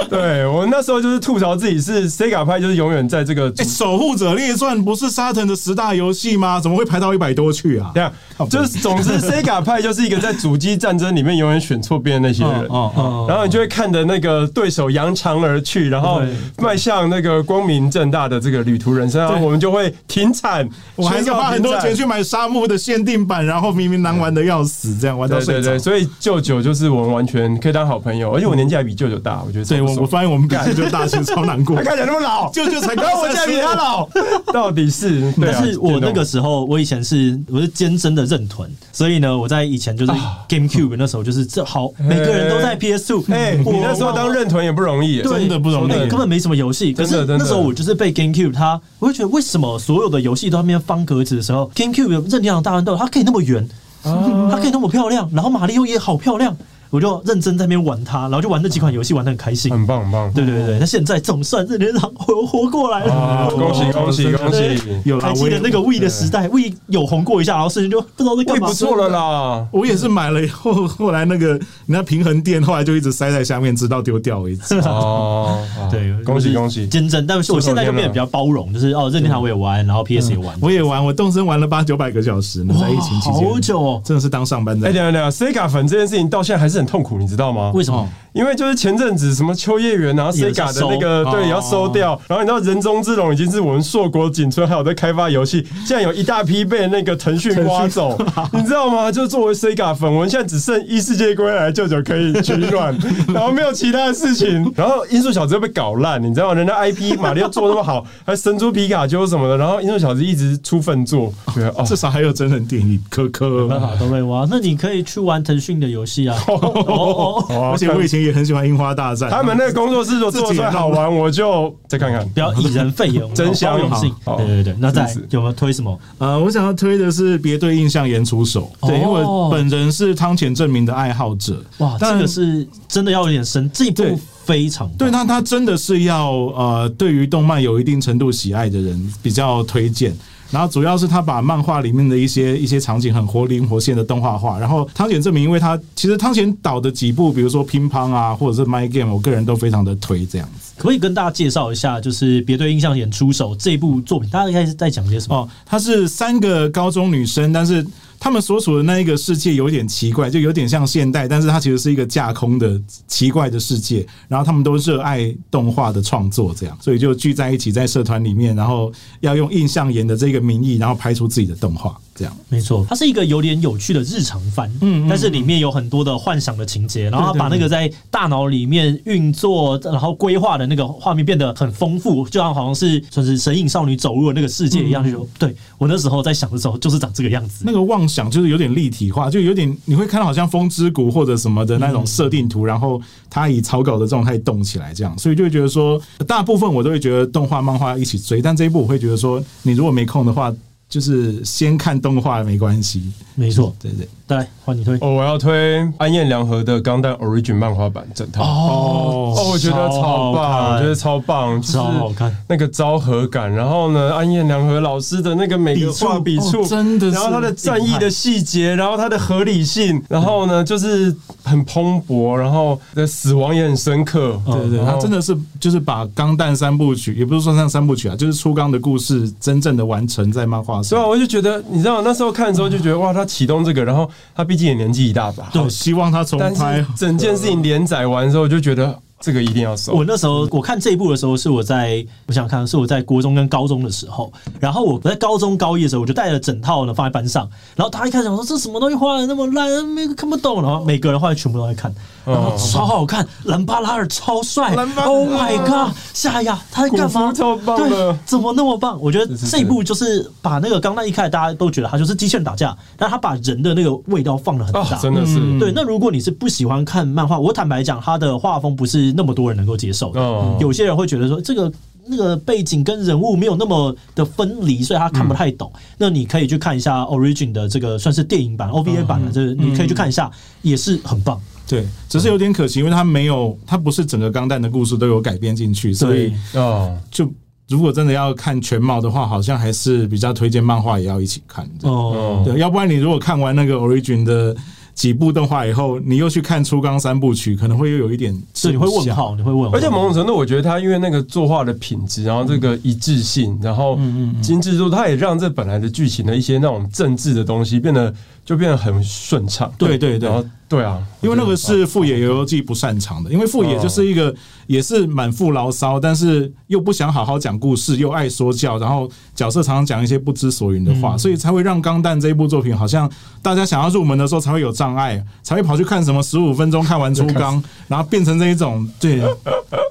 S2: 对我那时候就是吐槽自己是 Sega 派，就是永远在这个主
S3: 哎，守护者列传不是沙腾的十大游戏吗？怎么会排到一百多去啊？
S2: 这样，就是总之 Sega 派就是一个在主机战争里面永远选错边的那些人。
S3: 哦
S1: 嗯
S2: 然后你就会看着那个对手扬长而去，然后
S1: 对
S2: 迈向那个光明正大的这个旅途人生，然后我们就会停产，
S3: 我还是
S2: 宣告
S3: 花
S2: 停
S3: 很多
S2: 产
S3: 钱去买沙漠的限定版，然后明明难玩的要死，这样玩到
S2: 对
S3: 睡
S2: 对
S3: 着
S2: 对，。所以舅舅就是我们完全可以当好朋友，而且我年纪还比舅舅大，我觉得
S3: 对
S2: 超
S3: 我
S2: 爽
S3: 我发现我们比舅舅大叔超难过
S2: 他，看起来那么老，
S3: 舅 舅才
S2: 然后我现在比他老， 到底是？对啊
S1: 但是我那个时候，我以前是我是坚贞的认屯，所以呢，我在以前就是
S3: 啊
S1: GameCube 那时候就是这好，
S3: 哎
S1: 每个人都在 PS2，
S2: 哎，你那时候当
S1: 认。
S2: 认屯也不容易耶，
S1: 对
S3: 真的不容易
S1: 哎根本没什么游戏。可
S2: 真的
S1: 是
S2: 真
S1: 那
S2: 的
S1: 时候我就是被 GameCube 它，我就觉得为什么所有的游戏都在那边方格子的时候，GameCube 有任天堂大乱斗，它可以那么圆，
S2: 啊
S1: 它可以那么漂亮，然后马里奥也好漂亮，我就认真在那边玩它，然后就玩那几款游戏玩的很开心。
S2: 很棒很棒，
S1: 对对对，那现在总算任天堂活活过来
S2: 啊，
S1: 了，
S2: 恭喜恭喜恭
S1: 对
S2: 喜！
S3: 有啦
S1: 还，记
S3: 我
S1: 得
S3: 也
S1: 那个 We 的时代，We 有红过一下，然后瞬间就不知道在
S2: 喂，
S1: 干嘛。
S2: 不错了啦，
S3: 我也是买了以后，后来那个人家平衡垫，后来就一直塞在下面，直到丢掉 为止。
S2: 哦，
S1: 对，
S2: 恭
S1: 就
S2: 喜
S1: 是
S2: 恭喜！
S1: 坚贞，但是我现在就
S2: 手牵了
S1: 变得比较包容，就是哦，任天堂我也玩，
S2: 嗯
S1: 然后 PS 也玩，
S3: 我也玩，我动身玩了八九百个小时呢，在疫情期间，
S1: 好久哦。
S3: 真的是当上班
S2: 哎，
S3: 在。
S2: 等一下等一下，Sega 粉这件事情到现在还是很痛苦，你知道吗？
S1: 为什么？
S2: 因为就是前阵子什么秋叶原啊
S1: 也是
S2: ，Sega 的那个
S3: 收
S2: 对
S3: 哦
S2: 也要收掉，然后你知道人中之龙已经是我们硕果仅存，还有在开发游戏，现在有一大批被那个腾讯挖 走，你知道吗？就作为 Sega 粉，我们现在只剩异世界归来舅舅可以取 暖，然后没有其他的事情，然后音速小子又被搞烂，你知道吗？人家 IP 马里奥做得那么好，还神猪皮卡丘什么的，然后音速小子一直出粪作，觉得 哦
S3: 至。少还有真人电影，科科。
S1: 办法都被挖。那你可以去玩腾讯的游戏 啊。哦哦哦，
S2: 哇
S3: 而且我以前也很喜欢樱花大战，
S2: 他们那个工作室如果做出来好玩，我就再看看。
S1: 不要以人废言，
S2: 真香
S1: 包容性。
S2: 好
S1: 对对对，那再来
S2: 是是
S1: 有没有推什么？
S3: 呃，我想要推的是《别对印象演出手》，对，因为
S1: 哦
S3: 我本人是汤浅证明的爱好者。
S1: 哇，这
S3: 但
S1: 个是真的要有点深，这一部
S3: 对
S1: 非常棒
S3: 对，那他真的是要呃，对于动漫有一定程度喜爱的人比较推荐。然后主要是他把漫画里面的一些一些场景很活灵活现的动画化。然后汤浅证明，因为他其实汤浅导的几部，比如说乒乓啊，或者是 My Game，我个人都非常的推这样子。
S1: 可不可以跟大家介绍一下，就是《别对印象演出手》这部作品，大家应该是在讲些什么？
S3: 哦，她是三个高中女生，但是他们所处的那一个世界有点奇怪，就有点像现代，但是它其实是一个架空的奇怪的世界。然后他们都热爱动画的创作，这样，所以就聚在一起在社团里面，然后要用印象研的这个名义，然后拍出自己的动画，这样。
S1: 没错，它是一个有点有趣的日常番，
S3: 嗯嗯
S1: 但是里面有很多的幻想的情节，然后它
S3: 对对
S1: 把那个在大脑里面运作，然后规划的那个画面变得很丰富，就像好像是算是神隐少女走入了那个世界一样，就对我那时候在想的时候就是长这个样子。
S3: 嗯那个妄想就是有点立体化，就有点你会看到好像《风之谷》或者什么的那种设定图，然后它以草稿的状态动起来，这样，所以就会觉得说，大部分我都会觉得动画、漫画一起追，但这一部我会觉得说，你如果没空的话，就是先看动画没关系。
S1: 没错，
S3: 对对
S1: 再来换你推。
S2: 哦，我要推安彦良和的《钢弹 Origin》漫画版整套。
S3: 哦
S2: 哦，我觉得超
S1: 超好
S2: 棒，
S1: 看
S2: 我觉得超棒，就是
S1: 超好看
S2: 那个昭和感。然后呢，安彦良和老师的那个每个画笔
S3: 笔触
S2: 触，
S3: 哦真的是嗯
S2: 然后他的战役的细节，然后他的合理性，然后呢，就是很蓬勃，然后的死亡也很深刻。
S3: 对对，
S2: 然后
S3: 他真的是就是把《钢弹》三部曲，也不是说像三部曲啊，就是初钢的故事真正的完成在漫画
S2: 对啊，
S3: 上。
S2: 我就觉得，你知道，那时候看的时候就觉得，哇，他启动这个，然后他毕竟也年纪一大把，
S3: 好希望他重
S2: 但
S3: 拍
S2: 是。整件事情连载完之后，就觉得这个一定要收。
S1: 我那时候我看这一部的时候，是我在我想想看，是我在国中跟高中的时候。然后我在高中高一的时候，我就带了整套呢放在班上。然后大家一开始想说这什么东西画的那么烂，没看不懂。然后每个人画的全部都在看，然后超好看，兰巴嗯拉尔超帅
S2: 兰巴拉尔
S1: ，Oh my god，夏亚他在干
S2: 古
S1: 嘛？
S2: 风超棒的
S1: 对，怎么那么棒？我觉得
S2: 是是
S1: 这一部就是把那个刚才一开始大家都觉得他就是机器人打架，但他把人的那个味道哦放的很
S2: 啊
S1: 大，，
S2: 真的是，
S3: 嗯
S1: 对，那如果你是不喜欢看漫画，我坦白讲，它的画风不是那么多人能够接受的。
S2: 哦
S1: 有些人会觉得说，这个那个背景跟人物没有那么的分离，所以他看不太懂。
S2: 嗯
S1: 那你可以去看一下 Origin 的这个算是电影版 OVA 版的，这个你可以去看一下，也是很棒。
S3: 对，只是有点可惜，因为它没有，它不是整个钢弹的故事都有改编进去，所以
S1: 对
S2: 哦，
S3: 就如果真的要看全貌的话，好像还是比较推荐漫画也要一起看这样
S1: 哦，
S2: 哦
S3: 对，要不然你如果看完那个 Origin 的几部动画以后，你又去看初钢三部曲，可能会又有一点
S1: 所以你会问号，你会问号，
S2: 而且某种程度，我觉得他因为那个作画的品质，然后这个一致性，然
S3: 嗯
S2: 后精致度，他也让这本来的剧情的一些那种政治的东西变得就变得很顺畅。
S3: 对对对
S2: 然后对啊，
S3: 因为那个是富野由悠季不擅长的，因为富野就是一
S1: 哦
S3: 个也是满腹牢骚，但是又不想好好讲故事，又爱说教，然后角色常常讲一些不知所云的
S1: 嗯
S3: 话，所以才会让《钢弹》这一部作品好像大家想要入门的时候才会有障碍，才会跑去看什么十五分钟看完初钢， 然后变成这一种对，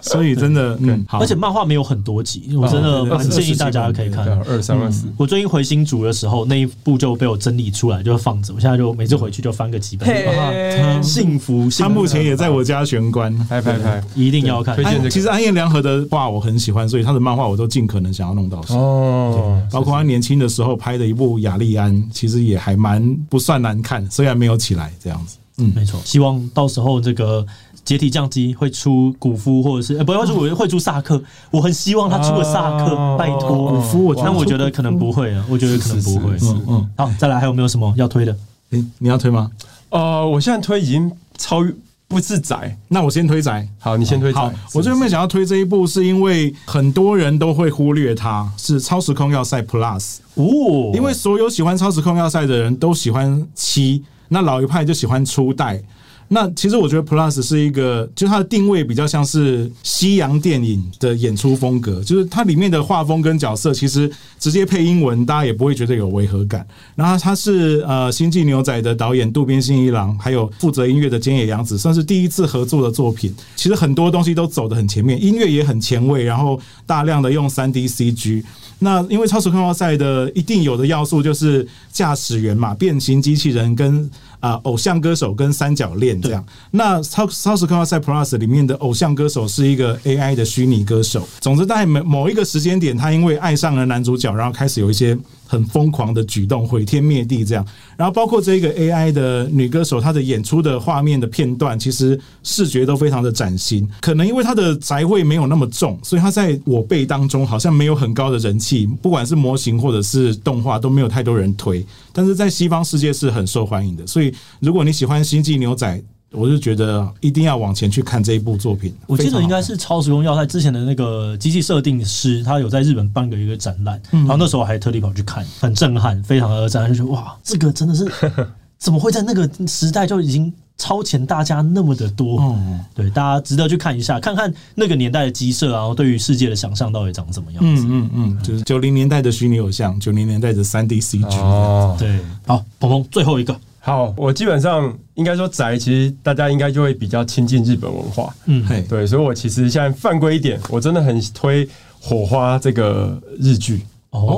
S3: 所以真的嗯好，
S1: 而且漫画没有很多
S2: 嗯
S1: 集，我真
S3: 哦
S1: 的
S3: 对对
S1: 蛮建议大家可以看
S2: 对。啊二三二
S3: 嗯
S2: 四。
S1: 我最近回新竹的时候，那一部就被我整理出来，就放着。我现在就每次回去就翻个几本，
S2: 嘿
S1: 幸福。幸
S3: 他
S1: 福
S3: 目前也在我家玄关。
S2: 拍拍拍！
S1: 一定要看哎
S2: 推。荐这个
S3: 安其实安彦良和的画我很喜欢，所以他的漫画我都尽可能想要弄到手。
S2: 哦，
S3: 包括他年轻的时候拍的一部《雅利安》，其实也还蛮不算难看，虽然没有起来这样子。嗯，
S1: 没错，希望到时候这个解体降级会出古夫，或者是、呃不会出古
S2: 嗯
S1: 夫，会出萨克。我很希望他出了萨克，
S2: 哦
S1: 拜托。
S2: 古夫
S3: 我觉得
S1: 但我觉得可能不会啊，我觉得可能不会。
S2: 是是是
S1: 嗯嗯，好，再来还有没有什么要推的？
S3: 诶、你要推吗？
S2: 呃，我现在推已经超越不是宅。
S3: 那我先推宅。
S2: 好，你先推宅
S3: 好。，我最后面想要推这一部，是因为很多人都会忽略它，是《超时空要塞 Plus》，
S1: 哦，
S3: 因为所有喜欢《超时空要塞》的人都喜欢七，那老一派就喜欢初代。那其实我觉得 Plus 是一个，就是它的定位比较像是西洋电影的演出风格，就是它里面的画风跟角色，其实直接配英文，大家也不会觉得有违和感。然后它是呃《星际牛仔》的导演渡边信一郎，还有负责音乐的菅野洋子，算是第一次合作的作品。其实很多东西都走得很前面，音乐也很前卫，然后大量的用三 D CG。那因为超时空要塞的一定有的要素就是驾驶员嘛，变形机器人跟啊、偶像歌手跟三角恋这样。那超超时空要塞 Plus 里面的偶像歌手是一个 AI 的虚拟歌手。总之，在某某一个时间点，他因为爱上了男主角，然后开始有一些很疯狂的举动，毁天灭地这样。然后包括这个 AI 的女歌手，她的演出的画面的片段，其实视觉都非常的崭新。可能因为她的宅味没有那么重，所以她在我辈当中好像没有很高的人气，不管是模型或者是动画都没有太多人推。但是在西方世界是很受欢迎的，所以如果你喜欢《星际牛仔》。我就觉得一定要往前去看这一部作品。
S1: 我记
S3: 非常
S1: 得应
S3: 好
S1: 该是超时空要塞之前的那个机器设定师，他有在日本办过一个展览，然后那时候我还特地跑去看，很震撼，非常的震撼，就觉得哇，这个真的是 怎么会在那个时代就已经超前大家那么的多？
S3: 嗯
S1: 对，大家值得去看一下，看看那个年代的机设，然后对于世界的想象到底长怎么样子。
S3: 嗯嗯嗯，就是九零年代的虚拟偶像，九零年代的三 D CG，、
S2: 哦，
S1: 对，好，鹏鹏最后一个，
S2: 好，我基本上应该说宅，其实大家应该就会比较亲近日本文化。
S1: 嗯，
S3: 嘿，
S2: 对，所以我其实现在犯规一点，我真的很推《火花》这个日剧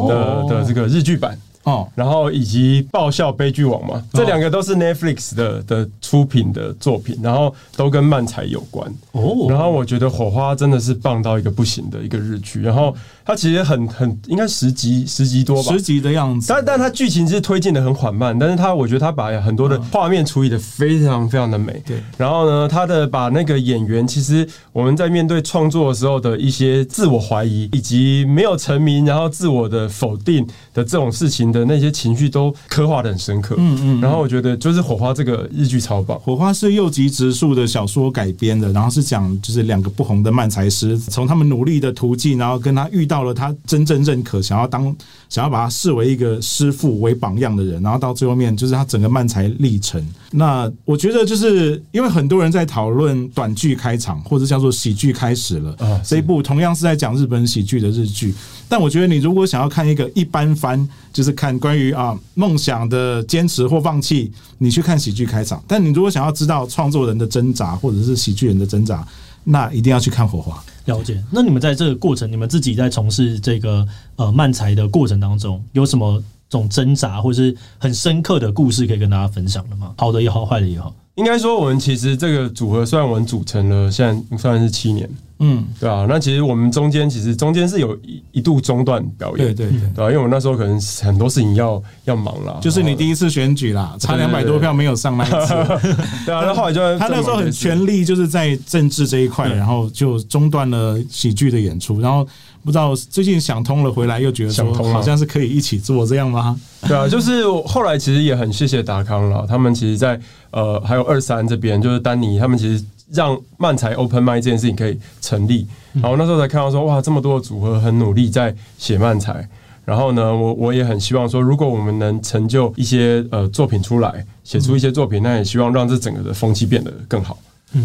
S2: 的的这个日剧版，
S3: 哦，
S2: 然后以及《爆笑悲剧王》嘛，这两个都是 Netflix 的的出品的作品，然后都跟漫才有关。
S1: 哦，
S2: 然后我觉得《火花》真的是棒到一个不行的一个日剧，然后它其实很很应该十集十集多吧，
S3: 十集的样子，
S2: 但但它剧情是推进的很缓慢，但是它我觉得它把很多的画面处理的非常非常的美。
S3: 对
S2: 然后呢，它的把那个演员，其实我们在面对创作的时候的一些自我怀疑，以及没有成名，然后自我的否定的这种事情的那些情绪，都刻画的很深刻。嗯嗯。然后我觉得就是《火花》这个日剧超棒。
S3: 火花是右吉直树的小说改编的，然后是讲就是两个不红的漫才师，从他们努力的途径，然后跟他遇到了他真正认可，想要当想要把他视为一个师傅为榜样的人，然后到最后面就是他整个漫才历程。那我觉得就是因为很多人在讨论短剧开场或者叫做喜剧开始了，
S2: 啊
S3: 这一部同样是在讲日本喜剧的日剧，但我觉得你如果想要看一个一般番，就是看关于啊梦想的坚持或放弃，你去看喜剧开场；但你如果想要知道创作人的挣扎或者是喜剧人的挣扎，那一定要去看《火花》。
S1: 了解。那你们在这个过程，你们自己在从事这个呃漫才的过程当中，有什么这种挣扎或是很深刻的故事可以跟大家分享的吗？好的也好，坏的也好。
S2: 应该说，我们其实这个组合虽然我们组成了现在算是七年，
S3: 嗯，
S2: 对啊，那其实我们中间其实中间是有一一度中断表演
S3: 对，对对，
S2: 对啊，因为我那时候可能很多事情要要忙啦，
S3: 就是你
S2: 一
S3: 第一次选举啦，差
S2: 哦对
S3: 两
S2: 对
S3: 百
S2: 对
S3: 多票没有上那一次。
S2: 对啊，然后后来就在
S3: 他那时候很全力，就是在政治这一块，然后就中断了喜剧的演出，然后不知道最近想通了，回来又觉得
S2: 想
S3: 说
S2: 通了
S3: 好像是可以一起做这样吗？
S2: 对啊，就是我后来其实也很谢谢达康了，他们其实在呃还有二三这边，就是丹尼他们其实让漫才 open mic 这件事情可以成立，然后那时候才看到说哇这么多的组合很努力在写漫才。然后呢，我我也很希望说，如果我们能成就一些呃作品出来，写出一些作品，那也希望让这整个的风气变得更好。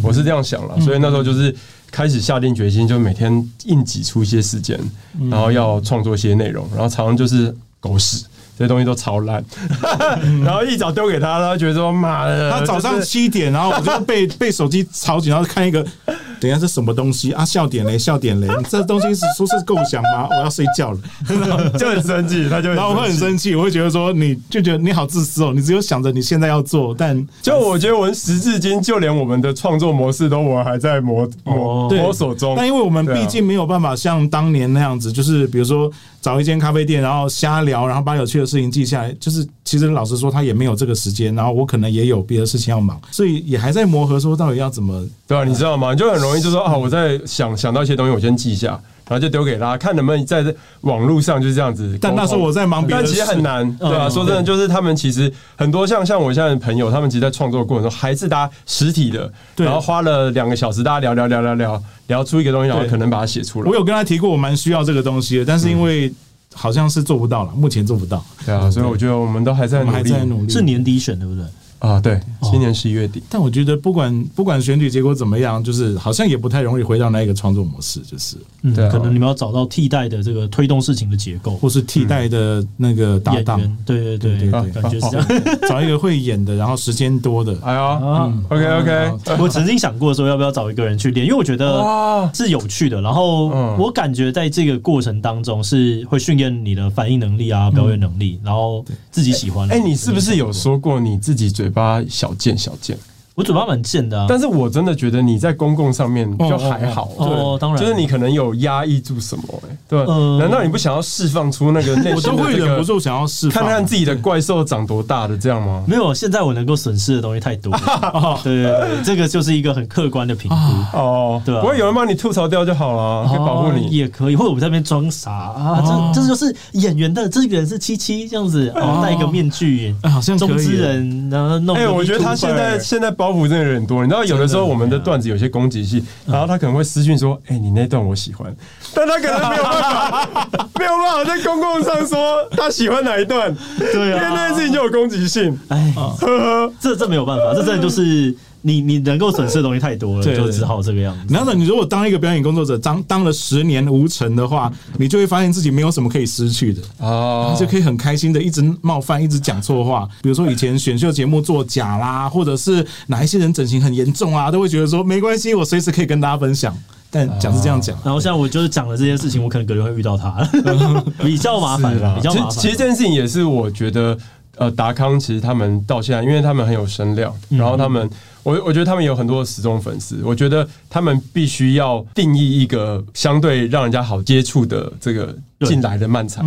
S2: 我是这样想了，所以那时候就是开始下定决心，就每天硬挤出一些时间，然后要创作一些内容，然后常常就是狗屎。这些东西都超 烂，然后一早丢给他，他觉得说妈的，
S3: 他早上
S2: 呃就是
S3: 七点，然后我就 被被手机吵醒，然后看一个，等一下是什么东西啊？笑点雷，笑点雷，你这东西是说是构想吗？我要睡觉了，
S2: 就 很生气，他就
S3: 然后我会很
S2: 气。
S3: 生气，我会觉得说你就觉得你好自私哦，你只有想着你现在要做，但
S2: 就我觉得我们时至今，就连我们的创作模式都我还在摸摸
S1: 哦对
S2: 摸索中。
S3: 但因为我们
S2: 对啊
S3: 毕竟没有办法像当年那样子，就是比如说找一间咖啡店，然后瞎聊，然后把有趣的事情记下来。就是其实老实说，他也没有这个时间，然后我可能也有别的事情要忙，所以也还在磨合，说到底要怎么。
S2: 对啊，你知道吗？你就很容易就说啊，我在想想到一些东西，我先记一下，然后就丢给他，看能不能在网络上就是这样子沟通。
S3: 但那时候我在忙别的嗯
S2: 但其实
S3: 事
S2: 很难，对啊，说真的，就是他们其实很多像像我现在的朋友，他们其实在创作过程中还是搭实体的，
S3: 对
S2: 然后花了两个小时，大家聊聊聊聊聊聊出一个东西，然后
S3: 对
S2: 可能把它写出来
S3: 我。有跟他提过，我蛮需要这个东西的，但是因为好像是做不到了，目前做不到，
S2: 对啊，所以我觉得我们都还在
S3: 我
S2: 努
S3: 们还
S2: 力，
S3: 在努力。哦
S1: 是年底选对不对？
S2: 啊，对，今年十一月底。
S3: 但我觉得不管不管选举结果怎么样，就是好像也不太容易回到那一个创作模式，就是
S1: 嗯，
S2: 对啊
S1: 可能你们要找到替代的这个推动事情的结构
S3: 或是替代的那个搭
S1: 演
S3: 档。
S1: 员，对对对，啊
S3: 对
S2: 对
S1: 感觉是这样。
S3: 找一个会演的，然后时间多的。
S2: 哎呦
S1: 啊
S2: ，OK OK，
S3: 嗯
S1: 我曾经想过说要不要找一个人去练，因为我觉得
S2: 哇
S1: 是有趣的。然后
S2: 啊嗯
S1: 我感觉在这个过程当中是会训练你的反应能力啊、表演能力，然后自己喜欢。
S2: 哎，你是不是有说过你自己嘴巴小贱小贱？
S1: 我嘴巴蛮贱的啊？
S2: 但是我真的觉得你在公共上面就还好，
S1: 哦哦哦当然
S2: 就是你可能有压抑住什么、哎，对吧、
S1: 呃
S2: 难道你不想要释放出那个内
S3: 我
S2: 心
S3: 都
S2: 的
S3: 会
S2: 这
S3: 忍不
S2: 个？
S3: 住想要释放，
S2: 看看自己的怪兽长多大的这样吗？
S1: 没有，现在我能够损失的东西太 多了。对对对，这个就是一个很客观的评估。
S2: 哦，
S1: 对啊
S2: 不会有人帮你吐槽掉就好了，可以保护
S1: 哦
S2: 你。
S1: 也可以，或者我们在那边装傻啊，这这就是演员的，这个人是七
S2: 啊
S1: 七这样子，哦，戴一个面具，
S3: 哎好像可以
S1: 中之人，然后弄
S2: 哎、
S1: 个
S2: 我觉得他
S1: VTuber
S2: 现在现在包包袱真的有点多。你知道，有的时候我们的段子有些攻击性，
S1: 嗯
S2: 然后他可能会私讯说：“哎、你那段我喜欢。”但他可能没有办 法，没有办法在公共上说他喜欢哪一段，
S1: 对啊
S2: 因为那件事情就有攻击性。
S1: 哎，
S2: 呵呵，
S1: 这这没有办法，这真的就是你你能够损失的东西太多了，
S3: 对对
S1: 就只好这个样子。
S3: 然后你如果当一个表演工作者，当当了十年无成的话，你就会发现自己没有什么可以失去的。
S2: 哦
S3: 你就可以很开心的一直冒犯，一直讲错话。比如说以前选秀节目作假啦，或者是哪一些人整形很严重啊，都会觉得说没关系，我随时可以跟大家分享。但讲是这样讲，啊
S1: 然后像我就是讲了这些事情，我可能隔天会遇到 他，比较麻烦
S2: 是啦，
S1: 比较
S2: 其实
S1: 麻烦。
S2: 其实这件事情也是我觉得，呃，达康其实他们到现在，因为他们很有声量，然后他们，我我觉得他们有很多的死忠粉丝，我觉得他们必须要定义一个相对让人家好接触的这个
S1: 对
S2: 进来的漫才，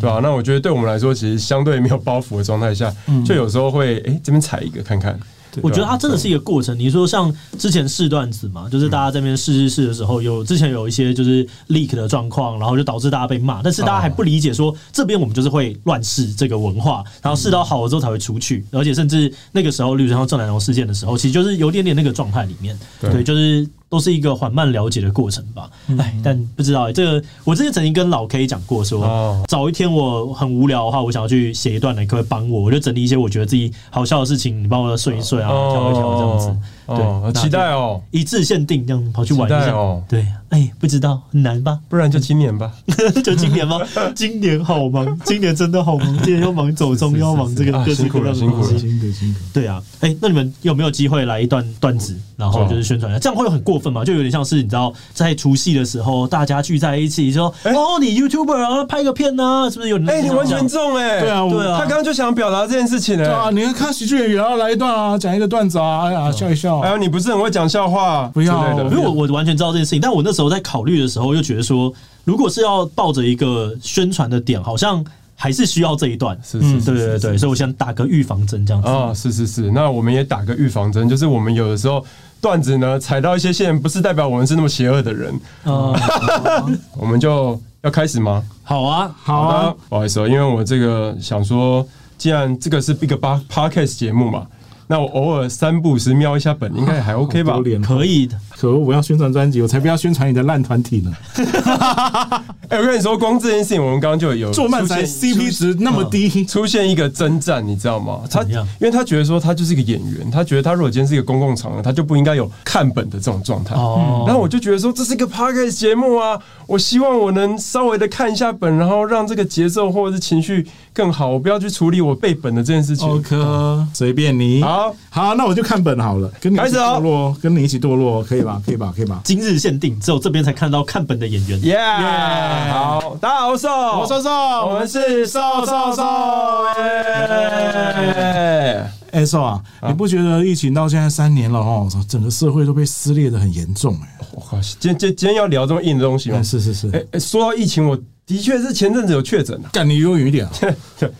S2: 对吧、那我觉得对我们来说，其实相对没有包袱的状态下，就有时候会哎、诶这边踩一个看看。
S1: 我觉得它
S2: 他
S1: 真的是一个过程。你说像之前试段子嘛，就是
S2: 嗯
S1: 大家在那边试试试的时候，有之前有一些就是 leak 的状况，然后就导致大家被骂，但是大
S2: 啊
S1: 家还不理解说这边我们就是会乱试这个文化，然后试到好了之后才会出去，
S2: 嗯
S1: 而且甚至那个时候，例如像郑南榕事件的时候，其实就是有点点那个状态里面，
S2: 对嗯
S1: 对，就是。都是一个缓慢了解的过程吧，哎，但不知道、欸、这个，我之前曾经跟老 K 讲过说，
S2: 哦
S1: 早一天我很无聊的话，我想要去写一段的，你可不可以帮我？我就整理一些我觉得自己好笑的事情，你帮我顺一顺啊，调一调这样子。
S2: 哦，好
S1: 对，
S2: 期待哦，
S1: 一致限定这样跑去
S2: 期
S1: 玩一
S2: 待
S1: 下。
S2: 哦，
S1: 对，哎，不知道很难吧？
S2: 不然就今年吧。
S1: 就今年吗？ 今年好忙，今年真的好忙，今年要忙走中，又要忙这个
S2: 啊
S1: 各式
S2: 辛苦
S1: 各
S2: 了
S1: 样的
S2: 辛苦
S1: 东
S2: 了
S1: 西。
S3: 苦辛苦。
S1: 对啊，哎、那你们有没有机会来一段段
S2: 哦
S1: 子，然后就是宣传一下？这样会很过分吗？就有点像是你知道，在除夕的时候，大家聚在一起说：“哦，你 YouTuber 啊，拍个片啊，是不是有？”
S2: 哎、你完全中哎、
S3: 对啊，我
S1: 对啊
S2: 他刚刚就想表达这件事情哎、
S3: 对啊，你看喜剧演员要来一段啊，讲一个段子啊，哎呀，笑一笑
S2: 还。有你不是很会讲笑话，
S3: 不要
S2: 之类
S1: 因为
S2: 的。
S1: 我我完全知道这件事情，但我那时候在考虑的时候，又觉得说，如果是要抱着一个宣传的点，好像还是需要这一段。嗯
S2: 是是
S1: 对对对对，所以我想打个预防针这样子。
S3: 哦
S2: 啊、是是是，那我们也打个预防针，就是我们有的时候段子呢踩到一些线，不是代表我们是那么邪恶的人，
S1: 哦，
S2: 我们就要开始吗？
S1: 好啊，
S3: 好啊，，
S2: 不好意思哦，因为我这个想说，既然这个是 Big 八 Podcast 节目嘛，那我偶尔三不五时瞄一下本，应该还 OK 吧
S3: 好？丢脸
S1: 可以的。
S3: 可恶，我要宣传专辑，我才不要宣传你的烂团体呢。
S2: 哎、我跟你说，光这件事情，我们刚刚就有
S3: 做漫才
S2: 出现嗯
S3: CP 值那么低，
S2: 出现一个征战，你知道吗？他
S1: 怎么
S2: 因
S1: 样
S2: 为他觉得说他就是一个演员，他觉得他如果今天是一个公共场合，他就不应该有看本的这种状态。
S1: 哦
S2: 然后我就觉得说这是一个 podcast 节目啊，我希望我能稍微的看一下本，然后让这个节奏或者是情绪更好，我不要去处理我背本的这件事情。
S1: 哦
S3: OK，随便你。
S2: 好，
S3: 好，那我就看本好了，跟你一
S2: 开
S3: 起
S2: 始哦
S3: 堕落，跟你一起堕落，可以吧？可以吧？可以吧？
S1: 今日限定，只有这边才看到看本的演员。
S2: 耶、好，大家好，我是
S3: 我
S2: 我
S3: 说说，
S2: 我们是瘦瘦瘦，耶！
S3: 哎瘦啊，你不觉得疫情到现在三年了哦，整个社会都被撕裂的很严重哎、
S2: 我靠，今天今今天要聊这么硬的东西吗
S3: 哎？是是是，
S2: 哦哎、哎说到疫情，我的确是前阵子有确诊啊。
S3: 干你悠远一点、啊，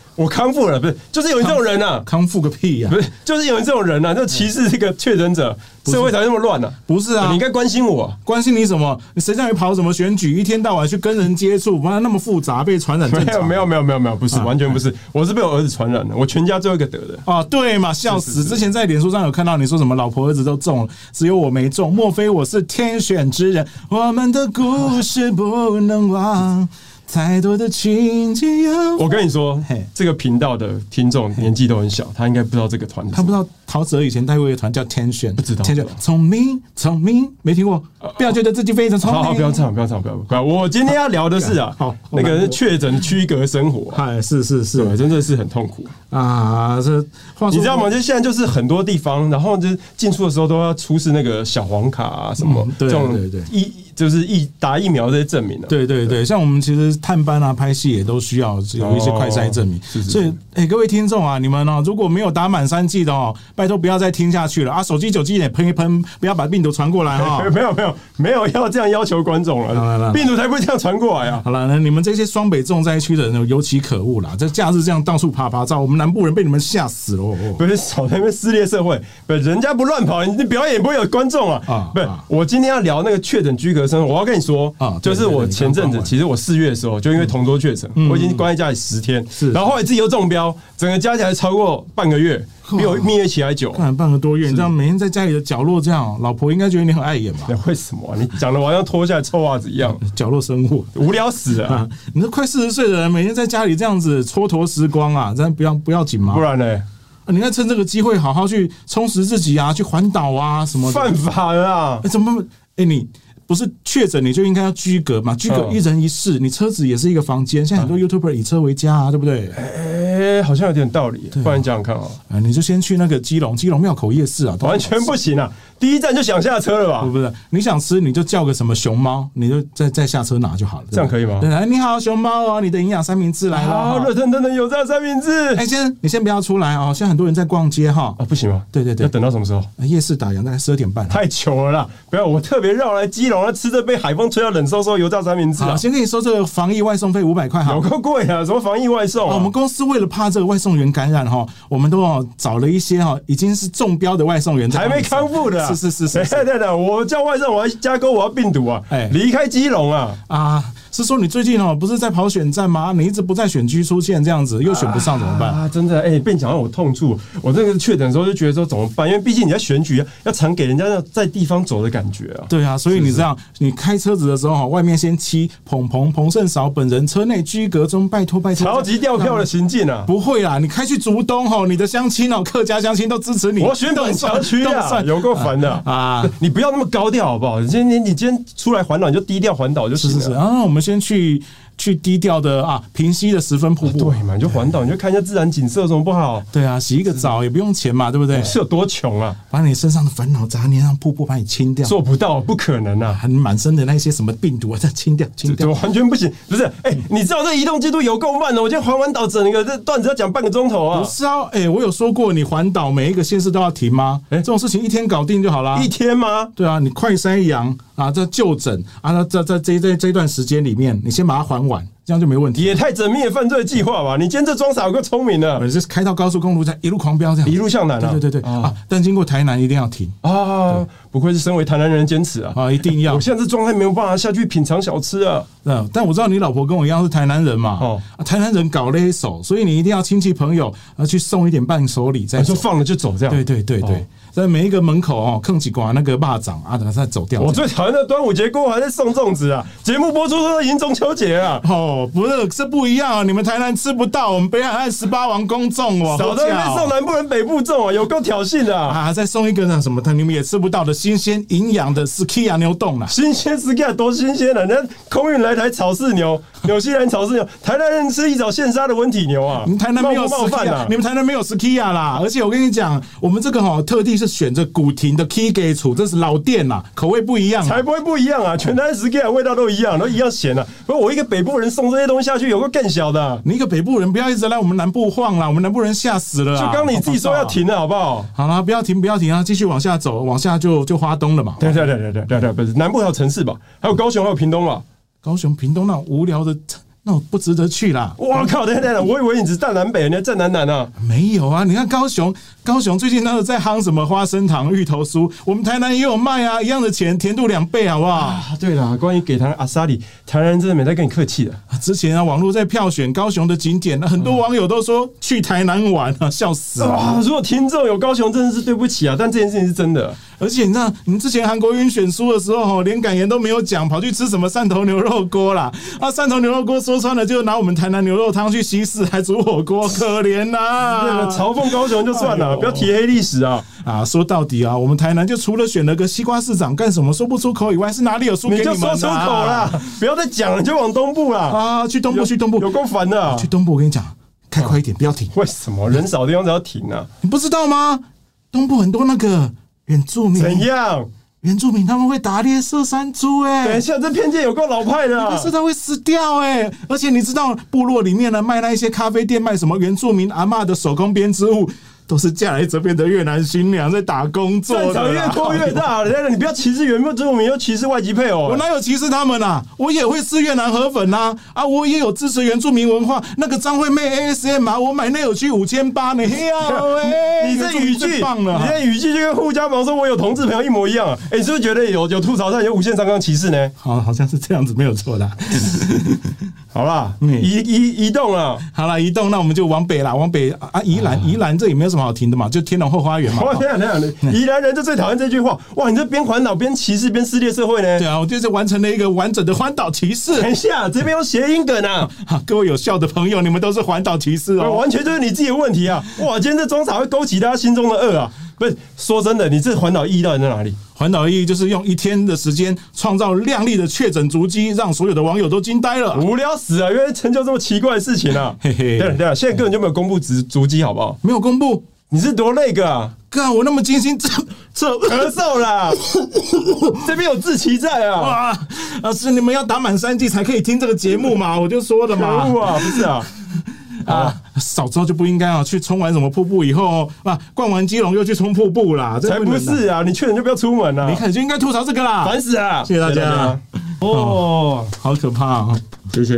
S2: 我康复了，不是，就是有你这种人呐、啊，
S3: 康复个屁呀、
S2: 不是，就是有你这种人呐、啊，就歧视这个确诊者，社会才会那么乱呐、
S3: 不是啊
S2: 你应该关心我啊、
S3: 关心你什么？你谁叫你跑什么选举？一天到晚去跟人接触，妈那么复杂，被传染
S2: 没
S3: 正
S2: 有
S3: 常
S2: 没有没有没有没有，不是，完全不是，我是被我儿子传染的，我全家最后一个得 的。
S3: 啊，对嘛，笑死！之前在脸书上有看到你说什么老婆儿子都中了，只有我没中，莫非我是天选之人？我们的故事不能忘，太多的情节要……
S2: 我跟你说
S3: 嘿，
S2: 这个频道的听众年纪都很小，他应该不知道这个团体。
S3: 他不知道陶喆以前带过一个团叫天选，不
S2: 知道
S3: 天选
S2: 不知道
S3: 聪明聪明，没听过，不要觉得自己非常聪
S2: 好好，
S3: 明，
S2: 不要唱，不要唱，不要不要。我今天要聊的是啊，
S3: 好
S2: 那个是确诊区隔生活、啊，
S3: 嗨，是是
S2: 对，
S3: 是
S2: 真的是很痛苦。
S3: 啊，这话说
S2: 你知道 吗？？就现在就是很多地方，然后就是进出的时候都要出示那个小黄卡啊，什么、
S3: 嗯对
S2: 这种
S3: 对对
S2: 疫就是疫打疫苗这些证明啊。
S3: 对对对，像我们其实探班啊、拍戏也都需要有一些快筛证明，
S2: 哦是是是
S3: 所以哎、各位听众啊，你们哦，如果没有打满三剂的哦，拜托不要再听下去了啊，手机酒精也喷一喷，不要把病毒传过来哦哈、
S2: 没有没有没有要这样要求观众
S3: 来来
S2: 了，病毒才不会这样传过来啊！
S3: 好了，那你们这些双北重灾区的人尤其可恶啦！这假日这样到处爬爬照，我们南部人被你们吓死了哦。
S2: 不是少在那边撕裂社会，不是人家不乱跑，你你表演也不会有观众啊！
S3: 啊
S2: 不是
S3: 啊，
S2: 我今天要聊那个确诊居隔生，我要跟你说
S3: 啊对
S2: 就是我前阵
S3: 对对对你刚刚
S2: 子
S3: 完
S2: 其实我四月的时候就因为同桌确诊，我已经关在家里十天，
S3: 是
S2: 然后后来自己又中标，整个加起来超过半个月，比我蜜月期还久。
S3: 看半个多月，你知道每天在家里的角落这样，老婆应该觉得你很 碍眼吧？
S2: 为什么啊、你讲的我好像脱下来臭袜子一 样，
S3: 角落生活
S2: 无聊死了、
S3: 啊！你这快四十岁的人，每天在家里这样子蹉跎时光啊，真的不要不要紧吗？
S2: 不然呢？
S3: 啊你应该趁这个机会好好去充实自己啊，去环岛啊什么的。
S2: 犯法了啊
S3: 哎、！怎么办？哎、你不是确诊你就应该要居隔嘛？居隔
S2: 嗯
S3: 一人一室，你车子也是一个房间。现在很多 YouTuber 以车为家啊，对不对？
S2: 哎、好像有点道理，不然你讲讲看啊，
S3: 啊，你就先去那个基隆基隆庙口夜市啊，
S2: 完全不行啊！第一站就想下车了吧
S3: 不？不是，你想吃你就叫个什么熊猫，你就再再下车拿就好了，
S2: 这样可以吗
S3: 对，哎你好，熊猫哦，你的营养三明治来
S2: 啊，
S3: 了
S2: 热。腾腾的有炸三明治
S3: 哎，先你先不要出来哦，现在很多人在逛街哈
S2: 啊，，不行吗？
S3: 对对对
S2: 要等到什么时候？
S3: 夜市打烊大概十二点半。
S2: 太糗了啦！不要，我特别绕来基隆，啊要吃这被海风吹到冷飕飕油炸三明治啊
S3: 好，，先跟你说这个防疫外送费五百块哈
S2: 有。够贵啊！什么防疫外送
S3: 哦
S2: 啊？
S3: 我们公司为了怕这个外送员感染哈，我们都哦找了一些哈已经是中标的外送员在
S2: 还
S3: 帮
S2: 没
S3: 你送，
S2: 康复的啊，
S3: 是是是是
S2: 等一
S3: 是
S2: 下等一下等一下，我叫外送，我还加购我要病毒啊
S3: 哎！
S2: 离开基隆啊！
S3: 啊，是说你最近哦不是在跑选战吗？啊你一直不在选区出现这样子，又选不上怎么办？
S2: 啊，真的，哎、被你讲到我痛处。我这个确诊的时候就觉得说怎么办？因为毕竟你在选举，啊要常给人家那种在地方走的感觉啊。
S3: 对啊，所以你这样，你开车子的时候哈，外面先骑彭彭彭胜韶本人，车内居隔中，拜托拜托，
S2: 超级掉票的行径啊！
S3: 不会啦，你开去竹东吼，你的乡亲哦，客家乡亲都支持你。
S2: 我选本桥区
S3: 都
S2: 啊，
S3: 算
S2: 有够烦的啊！
S3: 啊，
S2: 你不要那么高调好不好？你今天你今天出来环岛，你就低调环岛就是行
S3: 是是。啊
S2: 了。
S3: 然后我们先去去低调的啊，平息的十分瀑布。
S2: 对嘛，你就环岛，你就看一下自然景色，有什么不好？
S3: 对啊，洗一个澡也不用钱嘛，对不对？
S2: 是有多穷啊？
S3: 把你身上的烦恼杂念让瀑布把你清掉，
S2: 做不到，不可能啊！
S3: 把你满身的那些什么病毒啊，再清掉，清
S2: 这
S3: 掉。
S2: 完全不行，不是？哎、你知道这移动进度有够慢的，我今天环完岛整个这段子要讲半个钟头啊
S3: 不！是啊，哎、我有说过你环岛每一个县市都要停吗？
S2: 哎
S3: 这种事情一天搞定就好啦。
S2: 一天吗？
S3: 对啊，你快筛阳啊，这就诊啊，那在在这这这段时间里面，你先把它还完，这样就没问题。
S2: 也太缜密的犯罪计划吧！你今天这装傻有够聪明的
S3: 我，就是开到高速公路，这样一路狂飙这样，
S2: 一路向南啊！
S3: 对对对对啊！但经过台南一定要停
S2: 啊！不愧是身为台南人的坚持啊！
S3: 啊，一定 要
S2: 我。现在这状态没有办法下去品尝小吃啊！
S3: 嗯，但我知道你老婆跟我一样是台南人嘛，
S2: 哦
S3: 啊台南人搞勒手，所以你一定要亲戚朋友啊去送一点伴手礼再
S2: 啊你说
S3: 走。
S2: 放了就走这样？
S3: 对对对对
S2: 哦，
S3: 在每一个门口哦，坑几瓜那个蚂蚱啊，等它再走掉。
S2: 我最讨厌的端午节过后还在送粽子啊！节目播出都已经中秋节啊了，
S3: 哦，不是，这不一样啊！你们台南吃不到，我们北海岸十八王公粽哦，
S2: 少在那边
S3: 好巧
S2: 送南部人北部粽啊，有够挑衅的啊！
S3: 啊，再送一个那什么，你们也吃不到的新鲜营养的 Skia 牛冻啊啦。
S2: 新鲜是干多新鲜啊！人家空运来台草饲牛，纽西兰草饲牛，台南人吃一早现杀的温体牛啊！
S3: 你们嗯台南没有
S2: 冒不冒犯
S3: Skia，、
S2: 啊
S3: 你！们台南没有 Skia 啦。而且我跟你讲，我们这个哈、特地是选择古亭的 Key 给厨，这是老店啦，口味不一样啦。
S2: 才不会不一样啊！全台十 K 味道都一样，都一样咸啊！不是我一个北部人送这些东西下去，有个更小的啊、
S3: 你一个北部人不要一直来我们南部晃啦，我们南部人吓死了啦。啊
S2: 就刚你自己说要停的好不好？
S3: 好啦，不要停，不要停啊，继续往下走，往下就就花东了嘛。
S2: 对对对对对对对，不是南部还有城市吧？还有高雄，还有屏东吧？
S3: 高雄、屏东那种无聊的，那种不值得去啦。
S2: 我靠！等一下等一下，我以为你只站南北，你还站南南啊？
S3: 没有啊，你看高雄，高雄最近那个在夯什么花生糖、芋头酥，我们台南也有卖啊，一样的钱，甜度两倍，好不好？
S2: 啊，对了，关于给台湾阿萨里，台南人真的没在跟你客气的。
S3: 啊之前啊，网络在票选高雄的景点，那很多网友都说去台南玩啊， 笑死了。
S2: 哇，如果听众有高雄，真的是对不起啊！但这件事情是真的。
S3: 而且你知道，你们之前韩国瑜选书的时候，连感言都没有讲，跑去吃什么汕头牛肉锅啦？啊，汕头牛肉锅说穿了，就拿我们台南牛肉汤去稀释，还煮火锅，可怜呐、
S2: 对了，嘲讽高雄就算
S3: 哎
S2: 了，
S3: 呦
S2: 不要提黑历史啊！
S3: 啊，说到底啊，我们台南就除了选了个西瓜市长干什么说不出口以外，是哪里有输给
S2: 你就
S3: 们、
S2: 说
S3: 啊？
S2: 出口啦，不要再讲了，你就往东部啦。
S3: 啊！去东部，
S2: 有
S3: 去东部，
S2: 有够烦的啊。
S3: 去东部！我跟你讲，开快一点，不要停。
S2: 为什么人少的地方才要停啊 呢、
S3: 你不知道吗？东部很多那个原住民，
S2: 怎样？
S3: 原住民他们会打猎射山猪、
S2: 等一
S3: 哎。
S2: 下，这偏见有够老派的、啊
S3: 可。是它会死掉哎、而啊且你知道部落里面呢卖那一些咖啡店卖什么原住民阿嬷的手工编织物，都是嫁来这边的越南新娘在打工做
S2: 战
S3: 的
S2: 场
S3: 啦
S2: 越拖越大。等一下你不要歧视原本中文，要歧视外籍配偶
S3: 我。哪有歧视他们啊？我也会吃越南河粉呐、啊，我也有支持原住民文化。那个张惠妹 ASM 啊，我买内有去五千八呢。嘿呀、喂，
S2: 你这语
S3: 原住民
S2: 句，
S3: 哎最棒了
S2: 你
S3: 啊、
S2: 这语句就跟互加盟说我有同志朋友一模一 样啊！哎、你是不是觉得有有吐槽上有无限上纲歧视呢？
S3: 好，好像是这样子，没有错的啊。
S2: 好啦，
S3: 嗯
S2: 移移移动啊了，
S3: 好了，移动，那我们就往北啦，往北啊，宜兰，宜兰这也没有什么好停的嘛，就天龙后花 园嘛。
S2: 哇，天啊天啊！
S3: 嗯
S2: 宜兰人就最讨厌这句话，哇，你这边环岛边歧视边撕裂社会呢
S3: 对？啊，我就是完成了一个完整的环岛骑士
S2: 等。一下，这边有谐音梗啊！
S3: 啊 各位有笑的朋友，你们都是环岛骑士哦。
S2: 完全就是你自己的问题啊！哇，今天这装傻会勾起大家心中的恶啊！不是，说真的，你这环岛意义到底在哪里？
S3: 环岛意义就是用一天的时间创造亮丽的确诊足迹，让所有的网友都惊呆了。
S2: 无聊死啊！原来成就这么奇怪的事情啊！
S3: 嘿嘿
S2: 对了对了，现在根本就没有公布足足迹，好不好？
S3: 没有公布，
S2: 你是多那个啊？
S3: 干我那么精 心这这
S2: 咳嗽 啦，这边有志奇在啊！
S3: 啊，老师你们要打满三季才可以听这个节 目嘛？我就说了
S2: 可
S3: 嘛
S2: 恶，啊！不是啊，
S3: 啊，早知道就不应该啊，去冲完什么瀑布以后啊，逛完基隆又去冲瀑布啦， 这
S2: 才不
S3: 能啊，
S2: 是啊！你确诊就不要出门啊
S3: 你！看就应该吐槽这个啦，
S2: 烦死啊！
S3: 谢谢大家，
S1: 哦，
S3: 好可怕啊！
S2: 谢谢。